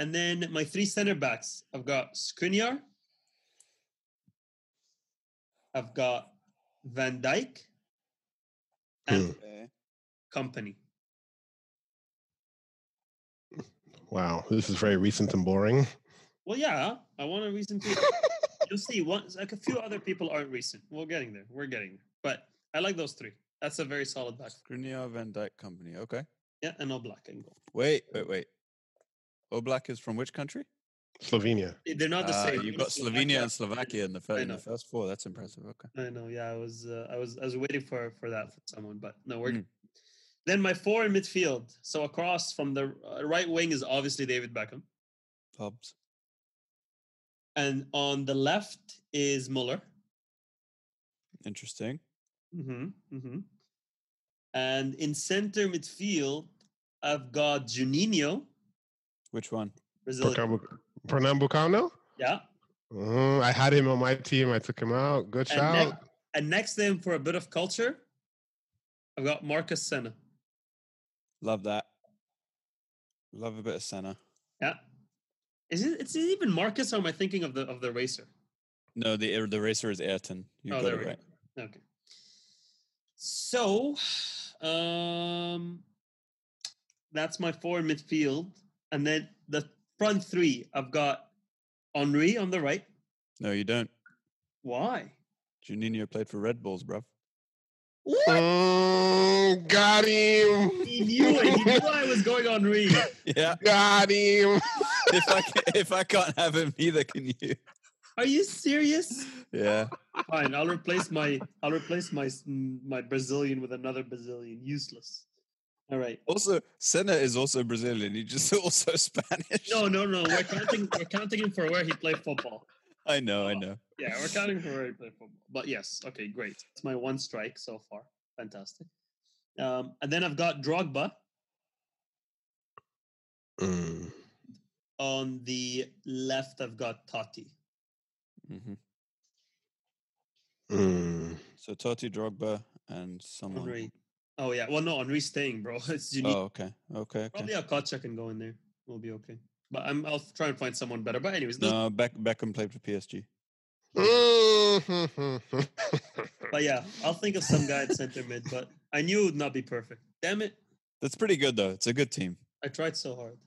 Speaker 3: And then my three center backs I've got Skriniar, I've got Van Dyke and
Speaker 2: Hmm.
Speaker 1: Eh,
Speaker 3: Company.
Speaker 2: Wow, this is very recent and boring.
Speaker 3: Well, yeah, I want a recent team.
Speaker 1: <laughs>
Speaker 3: You'll see, once like a few other people aren't recent. We're getting there. We're getting there. But I like those three. That's a very solid back.
Speaker 1: Grenier Van Dyke Company. Okay.
Speaker 3: Yeah, and Oblak and goal.
Speaker 1: Wait, wait, wait. Oblak is from which country?
Speaker 2: Slovenia.
Speaker 3: They're not the
Speaker 1: Ah,
Speaker 3: same.
Speaker 1: You've
Speaker 3: One
Speaker 1: got
Speaker 3: is
Speaker 1: Slovenia and Slovakia in the, fir-
Speaker 3: I
Speaker 1: in the
Speaker 3: know.
Speaker 1: first four. That's impressive. Okay.
Speaker 3: I know. Yeah, I was, uh, I was, I was waiting for for that from someone, but no, we're.
Speaker 1: Mm.
Speaker 3: Then my four in midfield. So across from the uh, right wing is obviously David Beckham,
Speaker 1: Hobbs.
Speaker 3: and on the left is Muller.
Speaker 1: Interesting.
Speaker 3: hmm hmm And in center midfield, I've got Juninho,
Speaker 1: Which one?
Speaker 3: Brazilian.
Speaker 2: Pernambuc- Pernambucano.
Speaker 3: Yeah.
Speaker 2: Uh, I had him on my team. I took him out. Good
Speaker 3: And, ne-
Speaker 2: shout.
Speaker 3: and next to him for a bit of culture, I've got Marcus Senna.
Speaker 1: Love that. Love a bit of Senna.
Speaker 3: Yeah. Is it? It's even Marcus, or am I thinking of the of the racer?
Speaker 1: No, the er- the racer is Ayrton. You
Speaker 3: Oh,
Speaker 1: got
Speaker 3: there
Speaker 1: it
Speaker 3: we go.
Speaker 1: right.
Speaker 3: Okay. So, um, that's my four in midfield, and then the front three. I've got Henri on the right.
Speaker 1: No, you don't.
Speaker 3: Why?
Speaker 1: Juninho played for Red Bulls,
Speaker 3: <laughs>
Speaker 1: bruv.
Speaker 3: What?
Speaker 2: Mm, got him.
Speaker 3: <laughs> He knew it. He knew I was going Henri.
Speaker 1: Yeah.
Speaker 2: Got him.
Speaker 1: if I can, if I can't have him, neither can you.
Speaker 3: Are you serious?
Speaker 1: Yeah.
Speaker 3: Fine, I'll replace my I'll replace my s- m- my Brazilian with another Brazilian. Useless. All right.
Speaker 1: Also, Senna is also Brazilian. He's just <laughs> also Spanish.
Speaker 3: No, no, no. We're counting. We're counting him for where he played football.
Speaker 1: I know, I know.
Speaker 3: Yeah, we're counting for where he played football. But yes, okay, great. It's my one strike so far. Fantastic. Um, and then I've got Drogba
Speaker 2: Mm.
Speaker 3: on the left. I've got Totti.
Speaker 1: hmm
Speaker 2: Mm.
Speaker 1: So Totti, Drogba, and someone.
Speaker 3: Henri. Oh yeah. Well, no, Henri's staying, bro. <laughs> It's you need
Speaker 1: Oh, okay, okay, okay.
Speaker 3: probably a Kocha can go in there. We'll be okay. But I'm. I'll try and find someone better. But anyways, those-
Speaker 1: No, Beck, Beckham played for PSG.
Speaker 2: Mm-hmm.
Speaker 3: But yeah, I'll think of some guy at center mid, but I knew it would not be perfect. Damn it.
Speaker 1: That's pretty good though. It's a good team.
Speaker 3: I tried so hard.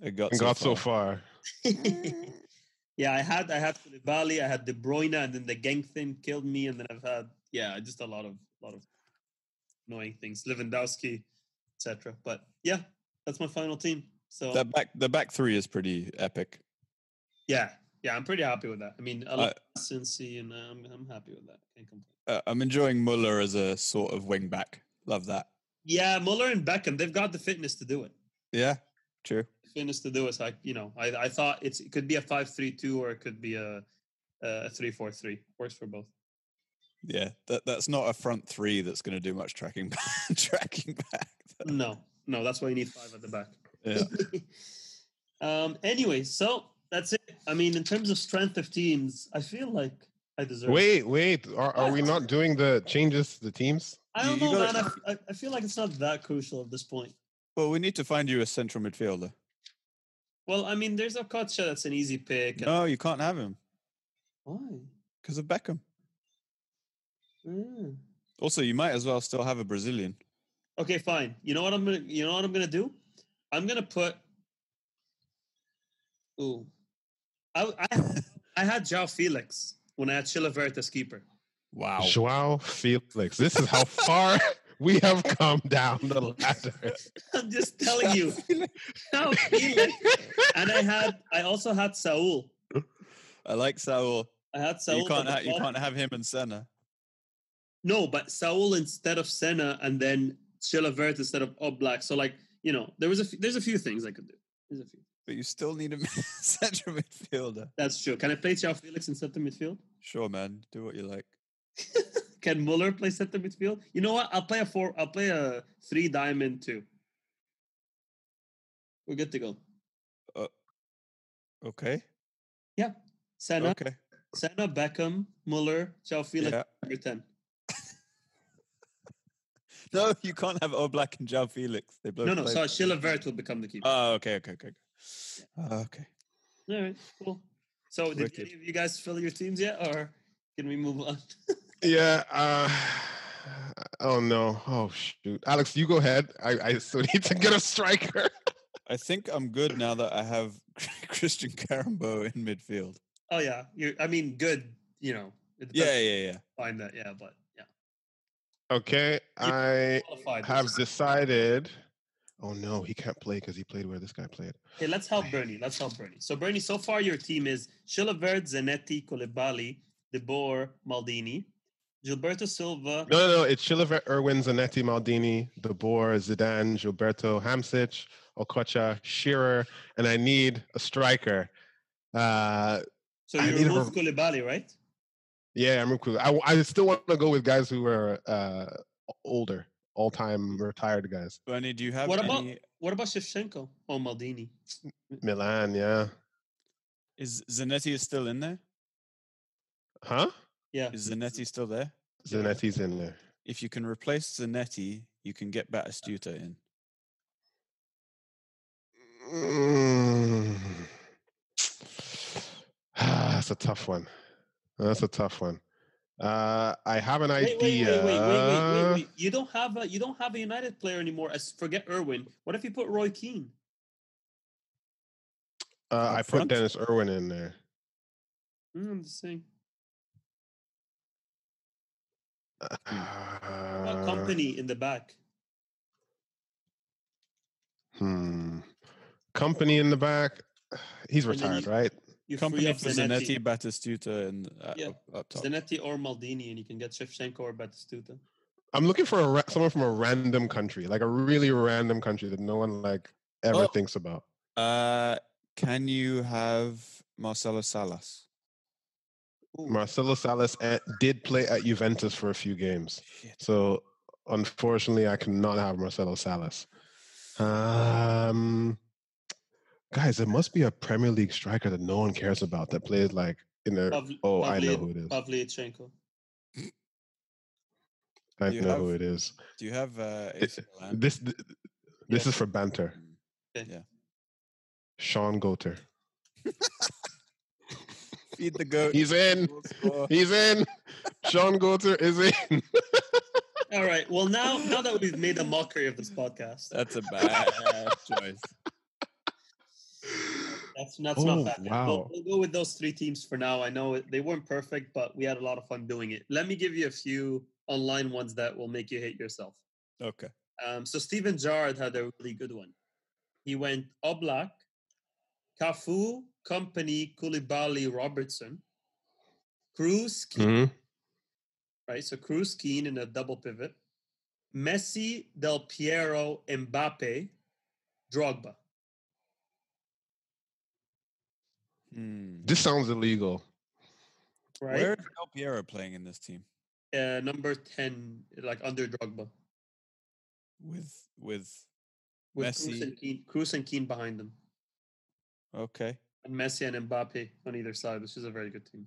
Speaker 1: It got,
Speaker 2: And
Speaker 1: so,
Speaker 2: got
Speaker 1: far.
Speaker 2: so far.
Speaker 3: <laughs> yeah, I had I had Koulibaly, I had De Bruyne, and then the gang thing killed me, and then I've had yeah, just a lot of lot of annoying things. Lewandowski, etc. But yeah, that's my final team. So
Speaker 1: That back, the back three is pretty epic.
Speaker 3: yeah, yeah, I'm pretty happy with that. I mean, a lot of consistency, and I'm I'm happy with that. Can't complain.
Speaker 1: Uh, I'm enjoying Muller as a sort of wing back. Love that.
Speaker 3: Yeah, Muller and Beckham, they've got the fitness to do it.
Speaker 1: Yeah, true.
Speaker 3: fitness to do is like you know I, I thought it's it could be a five three two or it could be a a three four three works for both.
Speaker 1: Yeah, that that's not a front three that's going to do much tracking <laughs> back- tracking back.
Speaker 3: No, no, that's why you need five at the back.
Speaker 1: Yeah.
Speaker 3: <laughs> um. Anyway, so that's it. I mean, in terms of strength of teams, I feel like I deserve. it.
Speaker 2: Wait, wait. Are, are we not doing the changes to the teams?
Speaker 3: I don't
Speaker 1: you- you
Speaker 3: know,
Speaker 1: gotta-
Speaker 3: man. I f- I, I feel like it's not that crucial at this point.
Speaker 1: <laughs> Well, we need to find you a central midfielder.
Speaker 3: Well, I mean, there's a Kocha that's an easy pick.
Speaker 1: No, you can't have him
Speaker 3: Why?
Speaker 1: because of Beckham.
Speaker 3: Mm.
Speaker 1: Also, you might as well still have a Brazilian.
Speaker 3: Okay, fine. You know what I'm gonna. You know what I'm gonna do. I'm gonna put. Ooh. I, I, I had Jao Felix when I had Chilavert as keeper.
Speaker 1: Wow.
Speaker 2: Joao Felix. This is how far <laughs> we have come down the ladder.
Speaker 3: I'm just telling you. <laughs> Jao Felix. And I had I also had Saul.
Speaker 1: I like Saul.
Speaker 3: I had Saul.
Speaker 1: You can't
Speaker 3: at
Speaker 1: ha-
Speaker 3: the
Speaker 1: you
Speaker 3: bottom.
Speaker 1: can't have him and Senna.
Speaker 3: No, but Saul instead of Senna and then Chilavert instead of Oblak. So like, you know, there was a f- there's a few things I could do. There's a few.
Speaker 1: But you still need a <laughs> central midfielder.
Speaker 3: That's true. Can I play Jao Felix in center midfield?
Speaker 1: Sure, man. Do what you like.
Speaker 3: Can Muller play center midfield? You know what? I'll play a four. I'll play a three diamond two. We're good to go.
Speaker 1: Okay.
Speaker 3: Senna,
Speaker 1: Okay.
Speaker 3: Senna, Beckham, Muller, Jao Felix,
Speaker 1: Yeah.
Speaker 3: number ten.
Speaker 1: No, you can't have Oblak and Jao Felix. They both
Speaker 3: No, no.
Speaker 1: play-
Speaker 3: So Chilavert will become the keeper.
Speaker 1: Oh, okay, okay, okay. Uh, okay.
Speaker 3: All right, cool. So did
Speaker 1: Wicked.
Speaker 3: any of you guys fill your teams yet, or can we move on? <laughs>
Speaker 2: Yeah. Uh, oh no. Oh shoot. Alex, you go ahead. I, I still <laughs> need to get a striker.
Speaker 1: I think I'm good now that I have <laughs> Christian Carambo in midfield.
Speaker 3: oh yeah, you. I mean, good. You know, it depends
Speaker 1: Yeah, yeah, yeah.
Speaker 3: on find that. Yeah, but yeah,
Speaker 2: Okay. I
Speaker 3: qualified.
Speaker 2: have decided. Oh no, he can't play because he played where this guy played.
Speaker 3: Okay, let's help Bernie. Let's help Bernie. So Bernie, so far your team is Chilavert, Zanetti, Colibali, De Boer, Maldini, Gilberto Silva.
Speaker 2: No, no, no. It's Chilavert, Irwin, Zanetti, Maldini, De Boer, Zidane, Gilberto, Hamsic, Okocha, Shearer, and I need a striker. Uh,
Speaker 3: So
Speaker 2: I
Speaker 3: you
Speaker 2: need a
Speaker 3: remove Colibali, right?
Speaker 2: yeah, I'm cool. I, I still want to go with guys who are uh, older, all-time retired guys.
Speaker 1: Bernie, do you have
Speaker 3: What about-
Speaker 1: any?
Speaker 3: What about Shevchenko? Oh, Maldini.
Speaker 2: Milan, yeah.
Speaker 1: Is Zanetti is still in there?
Speaker 2: Huh?
Speaker 3: Yeah.
Speaker 1: Is Zanetti still there?
Speaker 2: Zanetti's in there.
Speaker 1: If you can replace Zanetti, you can get Batistuta in.
Speaker 2: Mm. <sighs> That's a tough one. That's a tough one. Uh, I have an
Speaker 3: Wait,
Speaker 2: idea.
Speaker 3: wait, wait, wait, wait, wait, wait, wait. You don't have a you don't have a United player anymore. As forget Irwin. What if you put Roy Keane?
Speaker 2: Uh,
Speaker 1: Up
Speaker 2: I put
Speaker 1: front?
Speaker 2: Dennis Irwin in there.
Speaker 3: Mm, I'm just saying. What
Speaker 2: Uh,
Speaker 3: about company in the back?
Speaker 2: Hmm. Company in the back. He's
Speaker 3: And then
Speaker 2: retired,
Speaker 3: you-
Speaker 2: right?
Speaker 3: You free
Speaker 1: Company
Speaker 3: up
Speaker 1: for Zanetti, Batistuta, and uh,
Speaker 3: Yeah.
Speaker 1: up, up top.
Speaker 3: Zanetti or Maldini, and you can get Shevchenko or Batistuta.
Speaker 2: I'm looking for a ra- someone from a random country, like a really random country that no one like ever
Speaker 1: Oh.
Speaker 2: thinks about.
Speaker 1: Uh, can you have Marcelo Salas?
Speaker 3: Ooh.
Speaker 2: Marcelo Salas at, did play at Juventus for a few games,
Speaker 1: Shit.
Speaker 2: so unfortunately, I cannot have Marcelo Salas. Um, guys, there must be a Premier League striker that no one cares about that plays like in a.
Speaker 3: Pavl-
Speaker 2: oh, I know
Speaker 3: Pavli-
Speaker 2: who it is.
Speaker 3: Pavlyuchenko.
Speaker 2: I
Speaker 1: You
Speaker 2: know
Speaker 1: have-
Speaker 2: who it is.
Speaker 1: Do you have uh,
Speaker 2: It-
Speaker 1: AC Milan?
Speaker 2: This th- this
Speaker 3: Yeah.
Speaker 2: is for banter. Sean Goater.
Speaker 1: Feed the <laughs> goat.
Speaker 2: He's in.
Speaker 1: We'll score.
Speaker 2: He's in. Sean Goater is in.
Speaker 3: All right. Well, now now that we've made a mockery of this podcast,
Speaker 1: That's a bad choice.
Speaker 3: that's that's
Speaker 2: Oh,
Speaker 3: not bad.
Speaker 2: wow.
Speaker 3: We'll, we'll go with those three teams for now. I know it- they weren't perfect, but we had a lot of fun doing it. Let me give you a few online ones that will make you hate yourself.
Speaker 1: Okay.
Speaker 3: Um, so Steven Gerrard had a really good one. He went Oblak, Cafu, Company, Koulibaly, Robertson, Cruz, Keane,
Speaker 2: Mhm.
Speaker 1: Hmm.
Speaker 3: right? So Cruz, Keane in a double pivot, Messi, Del Piero, Mbappe, Drogba.
Speaker 1: Hmm.
Speaker 2: This sounds illegal.
Speaker 3: Right?
Speaker 1: Where is Del Piero playing in this team
Speaker 3: uh, number 10, like under Drogba.
Speaker 1: with with
Speaker 3: With Cruz
Speaker 1: Messi.
Speaker 3: and Keane, Cruz and Keane behind them.
Speaker 1: okay
Speaker 3: And Messi and Mbappe on either side, which is a very good team.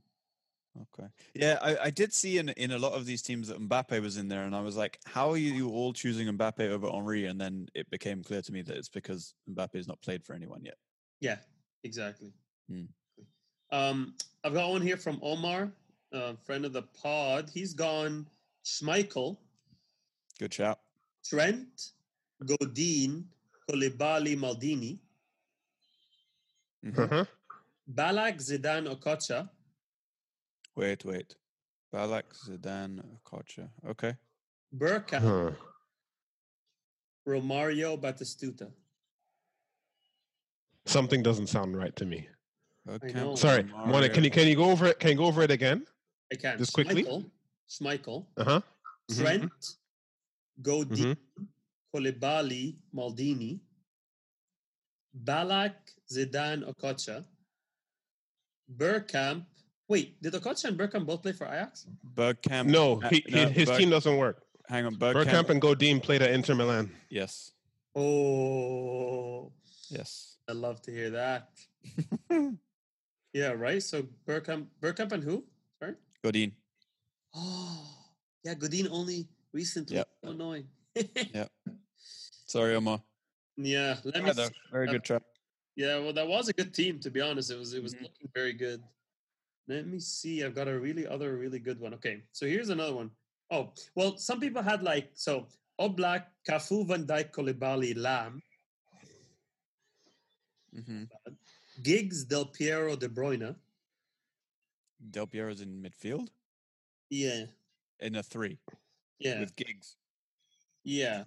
Speaker 1: okay yeah I, I did see in in a lot of these teams that Mbappe was in there and I was like how are you all choosing Mbappe over Henri and then it became clear to me that it's because Mbappe has not played for anyone yet
Speaker 3: Yeah, exactly.
Speaker 1: Hmm.
Speaker 3: Um, I've got one here from Omar, uh, friend of the pod. He's gone Schmeichel,
Speaker 1: good shout
Speaker 3: Trent, Godin, Kolibali, Maldini.
Speaker 1: Mhm.
Speaker 2: <laughs> Uh-huh.
Speaker 3: Balak, Zidane, Okocha.
Speaker 1: Wait, wait. Balak, Zidane, Okocha. Okay.
Speaker 3: Burka,
Speaker 2: Huh.
Speaker 3: Romario, Batistuta.
Speaker 2: Something doesn't sound right to me.
Speaker 1: Ocampo,
Speaker 3: know.
Speaker 2: Sorry, Mona, can
Speaker 1: Mario.
Speaker 2: you can you go over it? Can you go over it again?
Speaker 3: I can't.
Speaker 2: Just quickly?
Speaker 3: Schmeichel, Schmeichel
Speaker 2: Uh huh. Mhm.
Speaker 3: Trent, Godin, Kolibali, Maldini, Balak, Zidane, Okocha, Burkamp. Wait, did Okocha and Burkamp both play for Ajax?
Speaker 1: Bergkamp.
Speaker 2: No,
Speaker 1: uh,
Speaker 2: he,
Speaker 1: no,
Speaker 2: he, his
Speaker 1: Berg-
Speaker 2: team doesn't work.
Speaker 1: Hang on, Bergkamp.
Speaker 2: Bergkamp and Godin played at Inter Milan.
Speaker 1: Yes,
Speaker 3: Oh,
Speaker 1: yes.
Speaker 3: I love to hear that. Yeah, right. So Burkamp, Burkamp and who? <gasps> Sorry.
Speaker 1: Godin.
Speaker 3: Oh, yeah. Godin only recently.
Speaker 1: Yep.
Speaker 3: So annoying. <laughs>
Speaker 1: Sorry, Omar.
Speaker 3: yeah. Let me.
Speaker 1: Hi,
Speaker 3: uh,
Speaker 1: though.
Speaker 3: see.
Speaker 1: Very good try.
Speaker 3: Yeah. Well, that was a good team. To be honest, it was. It was
Speaker 1: Mhm.
Speaker 3: looking very good. Let me see. I've got a really other really good one. Okay. So here's another one. Oh well, some people had like so Oblak, Cafu, Van Dijk, Kolibali, Lam,
Speaker 1: hmm
Speaker 3: Giggs, Del Piero, De Bruyne.
Speaker 1: Del Piero's in midfield
Speaker 3: Yeah.
Speaker 1: in a three
Speaker 3: Yeah.
Speaker 1: with gigs. <laughs>
Speaker 3: Yeah.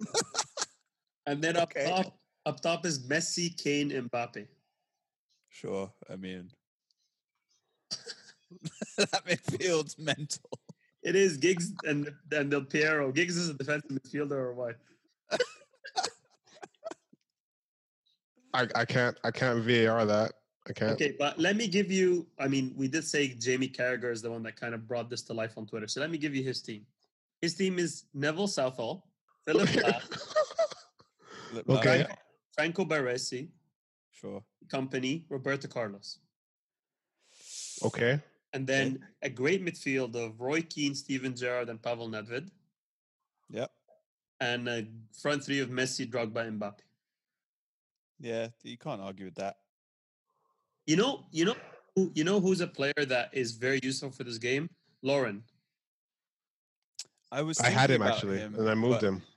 Speaker 3: and then up
Speaker 1: Okay.
Speaker 3: top, up top is Messi, Kane, Mbappe.
Speaker 1: Sure. I
Speaker 2: <laughs>
Speaker 1: mean, <laughs> that midfield's mental.
Speaker 3: It is Giggs and and Del Piero. Giggs is a defensive midfielder or what?
Speaker 2: I, I can't I can't VAR that. I can't.
Speaker 3: Okay, but let me give you. I mean, we did say Jamie Carragher is the one that kind of brought this to life on Twitter. So let me give you his team. His team is Neville Southall, Philip Lahm,
Speaker 2: <laughs>
Speaker 1: Lip
Speaker 2: Okay.
Speaker 1: lock.
Speaker 3: Franco Baresi,
Speaker 1: Sure.
Speaker 3: company Roberto Carlos,
Speaker 2: okay.
Speaker 3: and then a great midfield of Roy Keane, Steven Gerrard, and Pavel Nedved,
Speaker 1: Yep.
Speaker 3: and a front three of Messi, Drogba, and Mbappe.
Speaker 1: Yeah. You can't argue with that.
Speaker 3: You know, you know, who- you know who's a player that is very useful for this game? Lauren.
Speaker 1: I was.
Speaker 2: I had
Speaker 1: thinking
Speaker 2: him
Speaker 1: about
Speaker 2: actually, and I moved
Speaker 1: but-
Speaker 2: him.
Speaker 1: <sighs>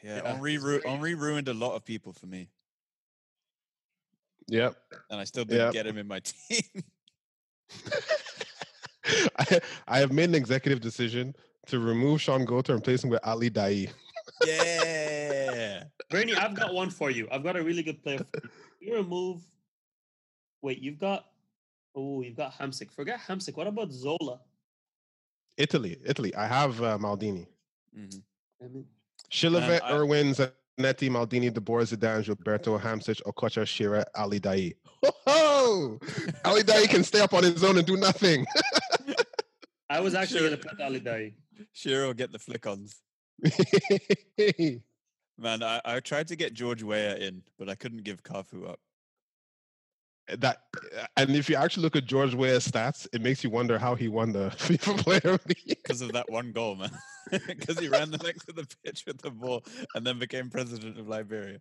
Speaker 1: Yeah,
Speaker 3: Yeah.
Speaker 1: Henri, ru- Henri ruined a lot of people for me,
Speaker 2: Yep.
Speaker 1: and I still didn't
Speaker 2: Yep.
Speaker 1: get him in my <laughs> team.
Speaker 2: <laughs> I, I have made an executive decision to remove Sean Goter and place him with Ali Dai.
Speaker 1: yeah.
Speaker 3: Bernie, <laughs> I've got one for you. I've got a really good player <laughs> for you. You remove. Wait, you've got. Oh, you've got Hamsik. Forget Hamsik. What about Zola?
Speaker 2: Italy, Italy. I have uh, Maldini,
Speaker 1: Mhm.
Speaker 3: I mean,
Speaker 2: Shilavet,
Speaker 1: I-
Speaker 2: Irwin, Zanetti, Maldini, De Boer, Zidane, Gilberto, Hamsic, Okocha, Shira, Ali Dai. Ho Ali Dai can stay up on his own and do nothing. <laughs>
Speaker 3: I was actually
Speaker 1: Sure.
Speaker 3: going to put Ali Dari.
Speaker 1: Shearer will get the flick-ons. Man, I, I tried to get George Weah in, but I couldn't give Kafu up.
Speaker 2: that and if you actually look at George Weah's stats, it makes you wonder how he won the <laughs> FIFA Player of the Year.
Speaker 1: because of that one goal, man. <laughs> Because he ran the length of the pitch with the ball and then became president of Liberia.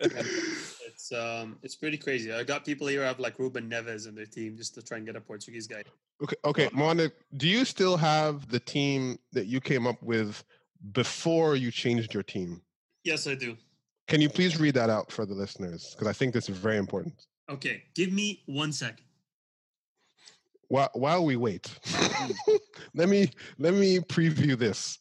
Speaker 3: It's um, it's pretty crazy. I got people here who have like Ruben Neves in their team just to try and get a Portuguese guy.
Speaker 2: Okay, okay, Moana, do you still have the team that you came up with before you changed your team?
Speaker 3: Yes, I do.
Speaker 2: Can you please read that out for the listeners? Because I think this is very important.
Speaker 3: Okay, give me one second.
Speaker 2: While, while we wait, <laughs> let me let me preview this.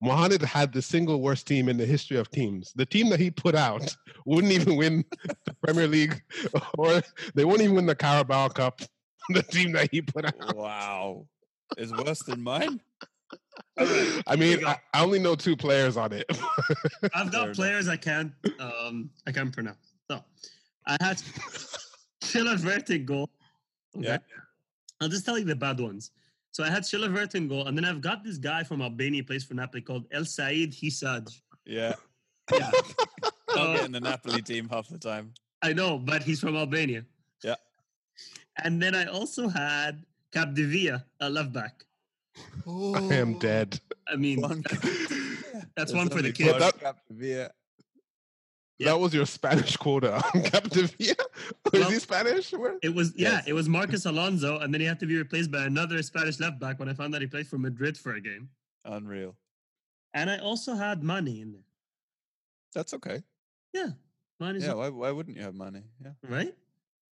Speaker 2: Mohamed had the single worst team in the history of teams. The team that he put out <laughs> wouldn't even win the Premier League, <laughs> or they wouldn't even win the Carabao Cup. <laughs> The team that he put out.
Speaker 1: Wow. Is worse than mine?
Speaker 3: Alright,
Speaker 2: I mean,
Speaker 3: go.
Speaker 2: I, I only know two players on it. <laughs>
Speaker 3: I've
Speaker 1: Fair
Speaker 3: got
Speaker 1: enough.
Speaker 3: players I can't um I can't pronounce. So I had Schiller goal. Okay.
Speaker 1: Yeah.
Speaker 3: I'll just tell you the bad ones. So I had Schiller goal, and then I've got this guy from Albania, plays for Napoli called El Said Hisaj.
Speaker 1: Yeah.
Speaker 3: Yeah.
Speaker 1: <laughs>
Speaker 3: Uh,
Speaker 1: I'll
Speaker 3: So,
Speaker 1: get in the Napoli team half the time.
Speaker 3: I know, but he's from Albania.
Speaker 1: Yeah.
Speaker 3: And then I also had Capdevia, a left back.
Speaker 2: I am dead.
Speaker 3: I
Speaker 1: <laughs>
Speaker 3: mean,
Speaker 1: One
Speaker 3: that-
Speaker 1: Capdevia.
Speaker 3: that's
Speaker 1: There's
Speaker 3: one for the
Speaker 1: only
Speaker 3: kids.
Speaker 1: one
Speaker 2: That-
Speaker 1: Capdevia.
Speaker 3: Yeah.
Speaker 2: That was your Spanish quota <laughs> on Captivia. Is
Speaker 3: Well-
Speaker 2: he Spanish? Where?
Speaker 3: <laughs> It was yeah,
Speaker 1: Yes.
Speaker 3: it was Marcus Alonso, and then he had to be replaced by another Spanish left back when I found out he played for Madrid for a game.
Speaker 1: Unreal.
Speaker 3: And I also had money in there.
Speaker 1: That's okay.
Speaker 3: Mane
Speaker 1: Yeah, why, why wouldn't you have Mane? Yeah.
Speaker 3: right?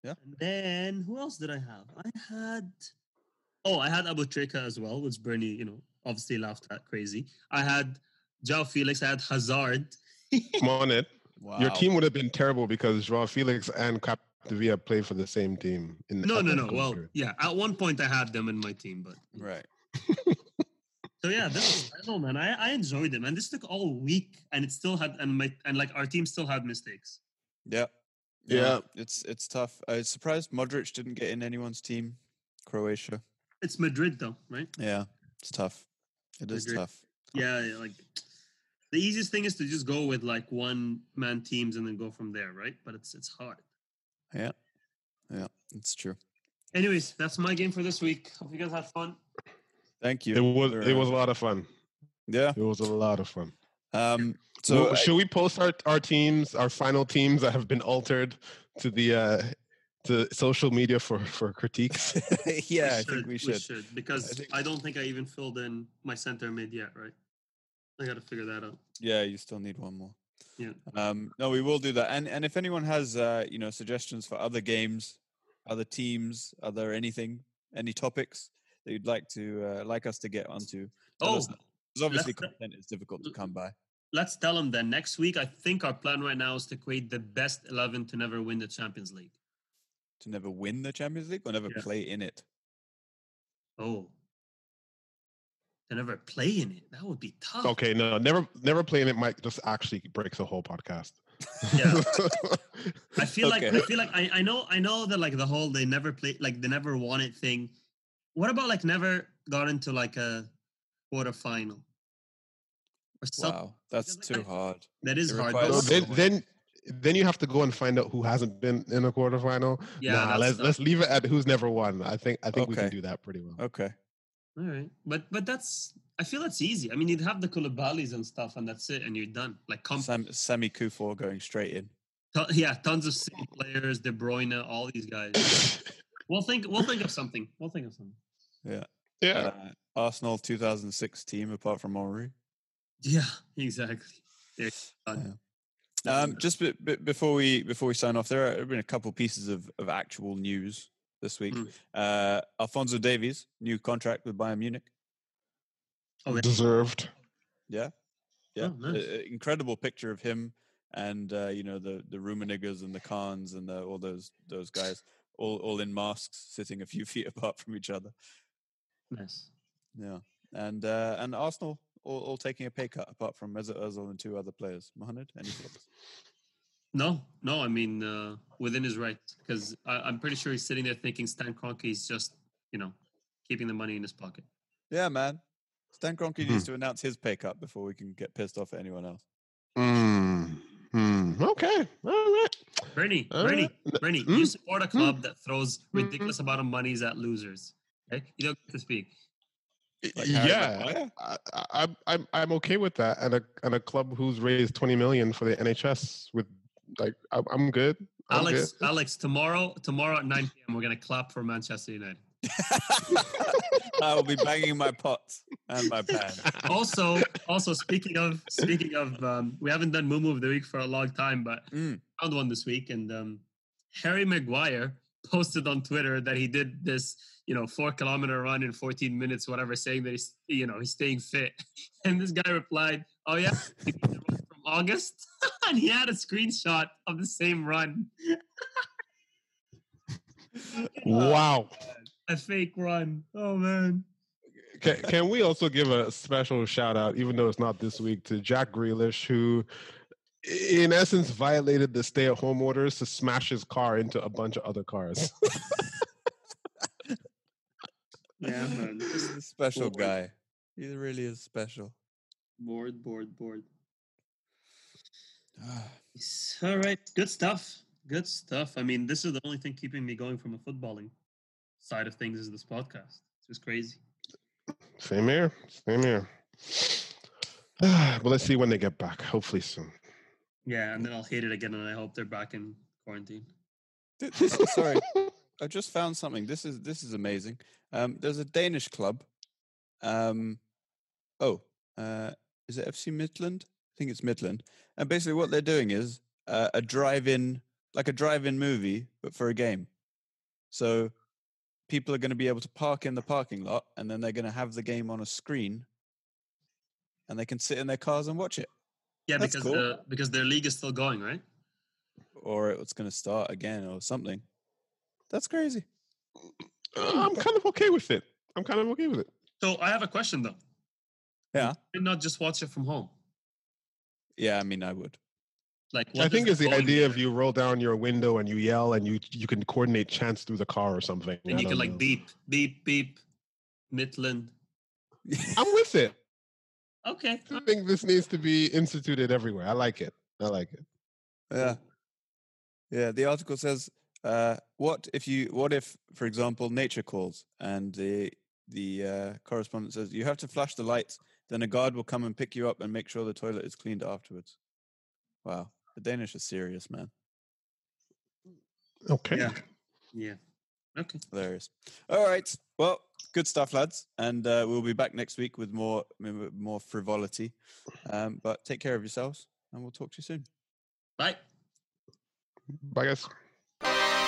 Speaker 1: Yeah.
Speaker 3: And then who else did I have? I had oh, I had Abu Treka as well, which Bernie, you know, obviously laughed at crazy. I had Jao Felix, I had Hazard.
Speaker 2: Come on, Ed.
Speaker 1: Wow.
Speaker 2: Your team would have been terrible because Joao Felix and Capdevia played for the same team. In
Speaker 3: No, no, no.
Speaker 2: Atletico
Speaker 3: Well,
Speaker 2: Madrid.
Speaker 3: yeah, at one point I had them in my team, but
Speaker 1: Right.
Speaker 3: so yeah, this I don't know, man. I, I enjoyed them, and this took all week, and it still had and my and like our team still had mistakes.
Speaker 1: Yeah.
Speaker 2: Yeah.
Speaker 1: It's it's tough. I was surprised Modric didn't get in anyone's team. Croatia.
Speaker 3: It's Madrid though, right?
Speaker 1: Yeah. It's tough. It is
Speaker 3: Madrid.
Speaker 1: tough.
Speaker 3: Yeah, yeah, like the easiest thing is to just go with like one man teams and then go from there, right? But it's it's hard.
Speaker 1: It's true.
Speaker 3: Anyways, that's my game for this week. Hope you guys had fun.
Speaker 1: Thank you.
Speaker 2: it was
Speaker 1: for,
Speaker 2: it
Speaker 1: uh,
Speaker 2: was a lot of fun.
Speaker 1: Yeah.
Speaker 2: It was a lot of fun.
Speaker 1: Um
Speaker 2: So
Speaker 1: so I-
Speaker 2: should we post our, our teams, our final teams that have been altered to the uh to social media for for critiques?
Speaker 3: <laughs>
Speaker 2: <laughs>
Speaker 1: <laughs> yeah, I think we should.
Speaker 3: because I,
Speaker 1: I think-
Speaker 3: don't think I even filled in my center mid yet, right? I got to figure that out.
Speaker 1: Yeah, you still need one more.
Speaker 3: Yeah.
Speaker 1: Um, no, we will do that. And and if anyone has uh, you know suggestions for other games, other teams, other anything, any topics that you'd like to uh, like us to get onto, Tell
Speaker 3: Oh,
Speaker 1: us that. because obviously
Speaker 3: Let's-
Speaker 1: content is difficult to come by.
Speaker 3: let's tell them that next week. I think our plan right now is to create the best eleven to never win the Champions League.
Speaker 1: To never win the Champions League or never
Speaker 3: Yeah.
Speaker 1: play in it.
Speaker 3: Oh, to never play in it. That would be tough.
Speaker 2: okay, no, never never playing it might just actually breaks the whole podcast.
Speaker 3: Yeah.
Speaker 2: <laughs>
Speaker 3: <laughs> I feel like
Speaker 1: Okay.
Speaker 3: I feel like I, I know I know that like the whole they never play like they never won it thing. What about like never got into like a quarterfinal or something?
Speaker 1: Wow, that's
Speaker 3: like,
Speaker 1: too
Speaker 3: I-
Speaker 1: hard.
Speaker 3: That is
Speaker 1: It
Speaker 3: hard.
Speaker 1: requires
Speaker 2: So
Speaker 3: But
Speaker 1: so
Speaker 2: then,
Speaker 1: much.
Speaker 2: then then you have to go and find out who hasn't been in a quarterfinal.
Speaker 3: yeah,
Speaker 2: nah,
Speaker 3: that's
Speaker 2: let's
Speaker 3: tough.
Speaker 2: let's leave it at who's never won. I think I think we can
Speaker 1: Okay.
Speaker 2: do that pretty <laughs> well.
Speaker 1: Okay.
Speaker 3: all right. But but that's I feel that's easy. I mean, you'd have the Koulibalis and stuff, and that's it, and you're done. Like comp-
Speaker 1: Sam, Sammy Kufor going straight in.
Speaker 3: ton- yeah, tons of city players, De Bruyne, all these guys. We'll think we'll think of something. We'll think of something.
Speaker 2: yeah.
Speaker 1: Uh, Arsenal 2006 team, apart from Henri.
Speaker 3: Yeah, exactly. There,
Speaker 1: Yeah.
Speaker 3: Uh,
Speaker 1: Um, just b- b- before we before we sign off, there have been a couple pieces of, of actual news this week.
Speaker 3: Mm.
Speaker 1: Uh, Alfonso Davies new contract with Bayern Munich.
Speaker 3: oh, yeah.
Speaker 2: Deserved.
Speaker 1: Yeah,
Speaker 3: Oh, nice.
Speaker 1: A- a- incredible picture of him and uh, you know the the Rummenigge's and the Khans and the, all those those guys all all in masks, sitting a few <laughs> feet apart from each other.
Speaker 3: nice.
Speaker 1: Yeah, and uh, and Arsenal all, all taking a pay cut apart from Mesut Ozil and two other players. Mohamed, any thoughts?
Speaker 3: No, no. I mean, uh, within his right, because I'm pretty sure he's sitting there thinking Stan Kroenke is just, you know, keeping the money in his pocket.
Speaker 1: <laughs> yeah, man. Stan Kroenke
Speaker 2: Hmm.
Speaker 1: needs to announce his pay cut before we can get pissed off at anyone else.
Speaker 2: Mm, mm, okay. All right.
Speaker 3: Bernie,
Speaker 2: All
Speaker 3: Bernie,
Speaker 2: right.
Speaker 3: Bernie, you
Speaker 2: Uh, Mm.
Speaker 3: support a club that throws ridiculous amount of monies at losers. Okay, you don't get to speak.
Speaker 1: Like Harry
Speaker 2: yeah, <laughs>
Speaker 1: Maguire?
Speaker 2: I, I, I'm I'm I'm okay with that, and a and a club who's raised 20 million for the NHS with like I'm, I'm good. I'm
Speaker 3: Alex, Alex, tomorrow, tomorrow at 9 p.m. we're gonna clap for Manchester United.
Speaker 1: <laughs> I will be banging my pot and my pan.
Speaker 3: <laughs>
Speaker 2: good.
Speaker 3: Also, also speaking of speaking of, um, we haven't done Mumu of the week for a long time, but
Speaker 1: Mm.
Speaker 3: found one this week, and um, Harry Maguire posted on Twitter that he did this, you know, four kilometer run in 14 minutes, whatever, saying that he's, you know, he's staying fit. <laughs> And this guy replied, "Oh yeah, you mean the run <laughs> from August," and he had a screenshot of the same run, <laughs>
Speaker 2: wow.
Speaker 3: a fake run. Oh man,
Speaker 2: Can, can we also give a special shout out, even though it's not this week, to Jack Grealish, who in essence violated the stay at home orders to smash his car into a bunch of other cars. <laughs>
Speaker 3: yeah, man,
Speaker 1: This
Speaker 3: just
Speaker 1: is a special
Speaker 3: Bored.
Speaker 1: guy. He really is special.
Speaker 3: bored, bored, bored.
Speaker 1: Ah,
Speaker 3: Yes, All right, good stuff. Good stuff. I mean, this is the only thing keeping me going from a footballing side of things is this podcast. It's just crazy.
Speaker 2: Same here. Same here. <sighs> but let's see when they get back. Hopefully soon.
Speaker 3: Yeah, and then I'll hate it again, and I hope they're back in quarantine.
Speaker 1: Th- this is- sorry,
Speaker 2: Uh,
Speaker 1: I just found something. This is this is amazing. Um, there's a Danish club. Um, oh, uh, is it FC Midland? I think it's Midland. And basically, what they're doing is uh, a drive-in, like a drive-in movie, but for a game. So people are going to be able to park in the parking lot, and then they're going to have the game on a screen, and they can sit in their cars and watch it.
Speaker 3: Yeah,
Speaker 1: That's
Speaker 3: because
Speaker 1: cool.
Speaker 3: the, because their league is still going, right?
Speaker 1: Or it's going to start again, or something. That's crazy.
Speaker 2: I'm kind of okay with it. I'm kind of okay with it.
Speaker 3: So I have a question though.
Speaker 1: Yeah.
Speaker 3: Why not just watch it from home?
Speaker 1: Yeah, I mean, I would. <laughs>
Speaker 3: Like
Speaker 2: I
Speaker 3: what
Speaker 2: think it's the
Speaker 3: going
Speaker 2: idea
Speaker 3: there?
Speaker 2: of you roll down your window and you yell and you you can coordinate chants through the car or something.
Speaker 3: and
Speaker 2: I
Speaker 3: you
Speaker 2: don't
Speaker 3: can like
Speaker 2: know.
Speaker 3: beep beep beep, Midland.
Speaker 2: I'm with it.
Speaker 3: Okay.
Speaker 2: I think this needs to be instituted everywhere. I like it. I like it.
Speaker 1: Yeah. Yeah. The article says, uh, "What if you? What if, for example, nature calls?" And the the uh, correspondent says, "You have to flash the lights. Then a guard will come and pick you up and make sure the toilet is cleaned afterwards." Wow, the Danish are serious, man.
Speaker 2: Okay.
Speaker 3: Yeah. Yeah. Okay.
Speaker 1: Hilarious. All right. Well, good stuff, lads. And uh, we'll be back next week with more m- more frivolity. Um, but take care of yourselves, and we'll talk to you soon.
Speaker 3: Bye.
Speaker 2: Bye guys.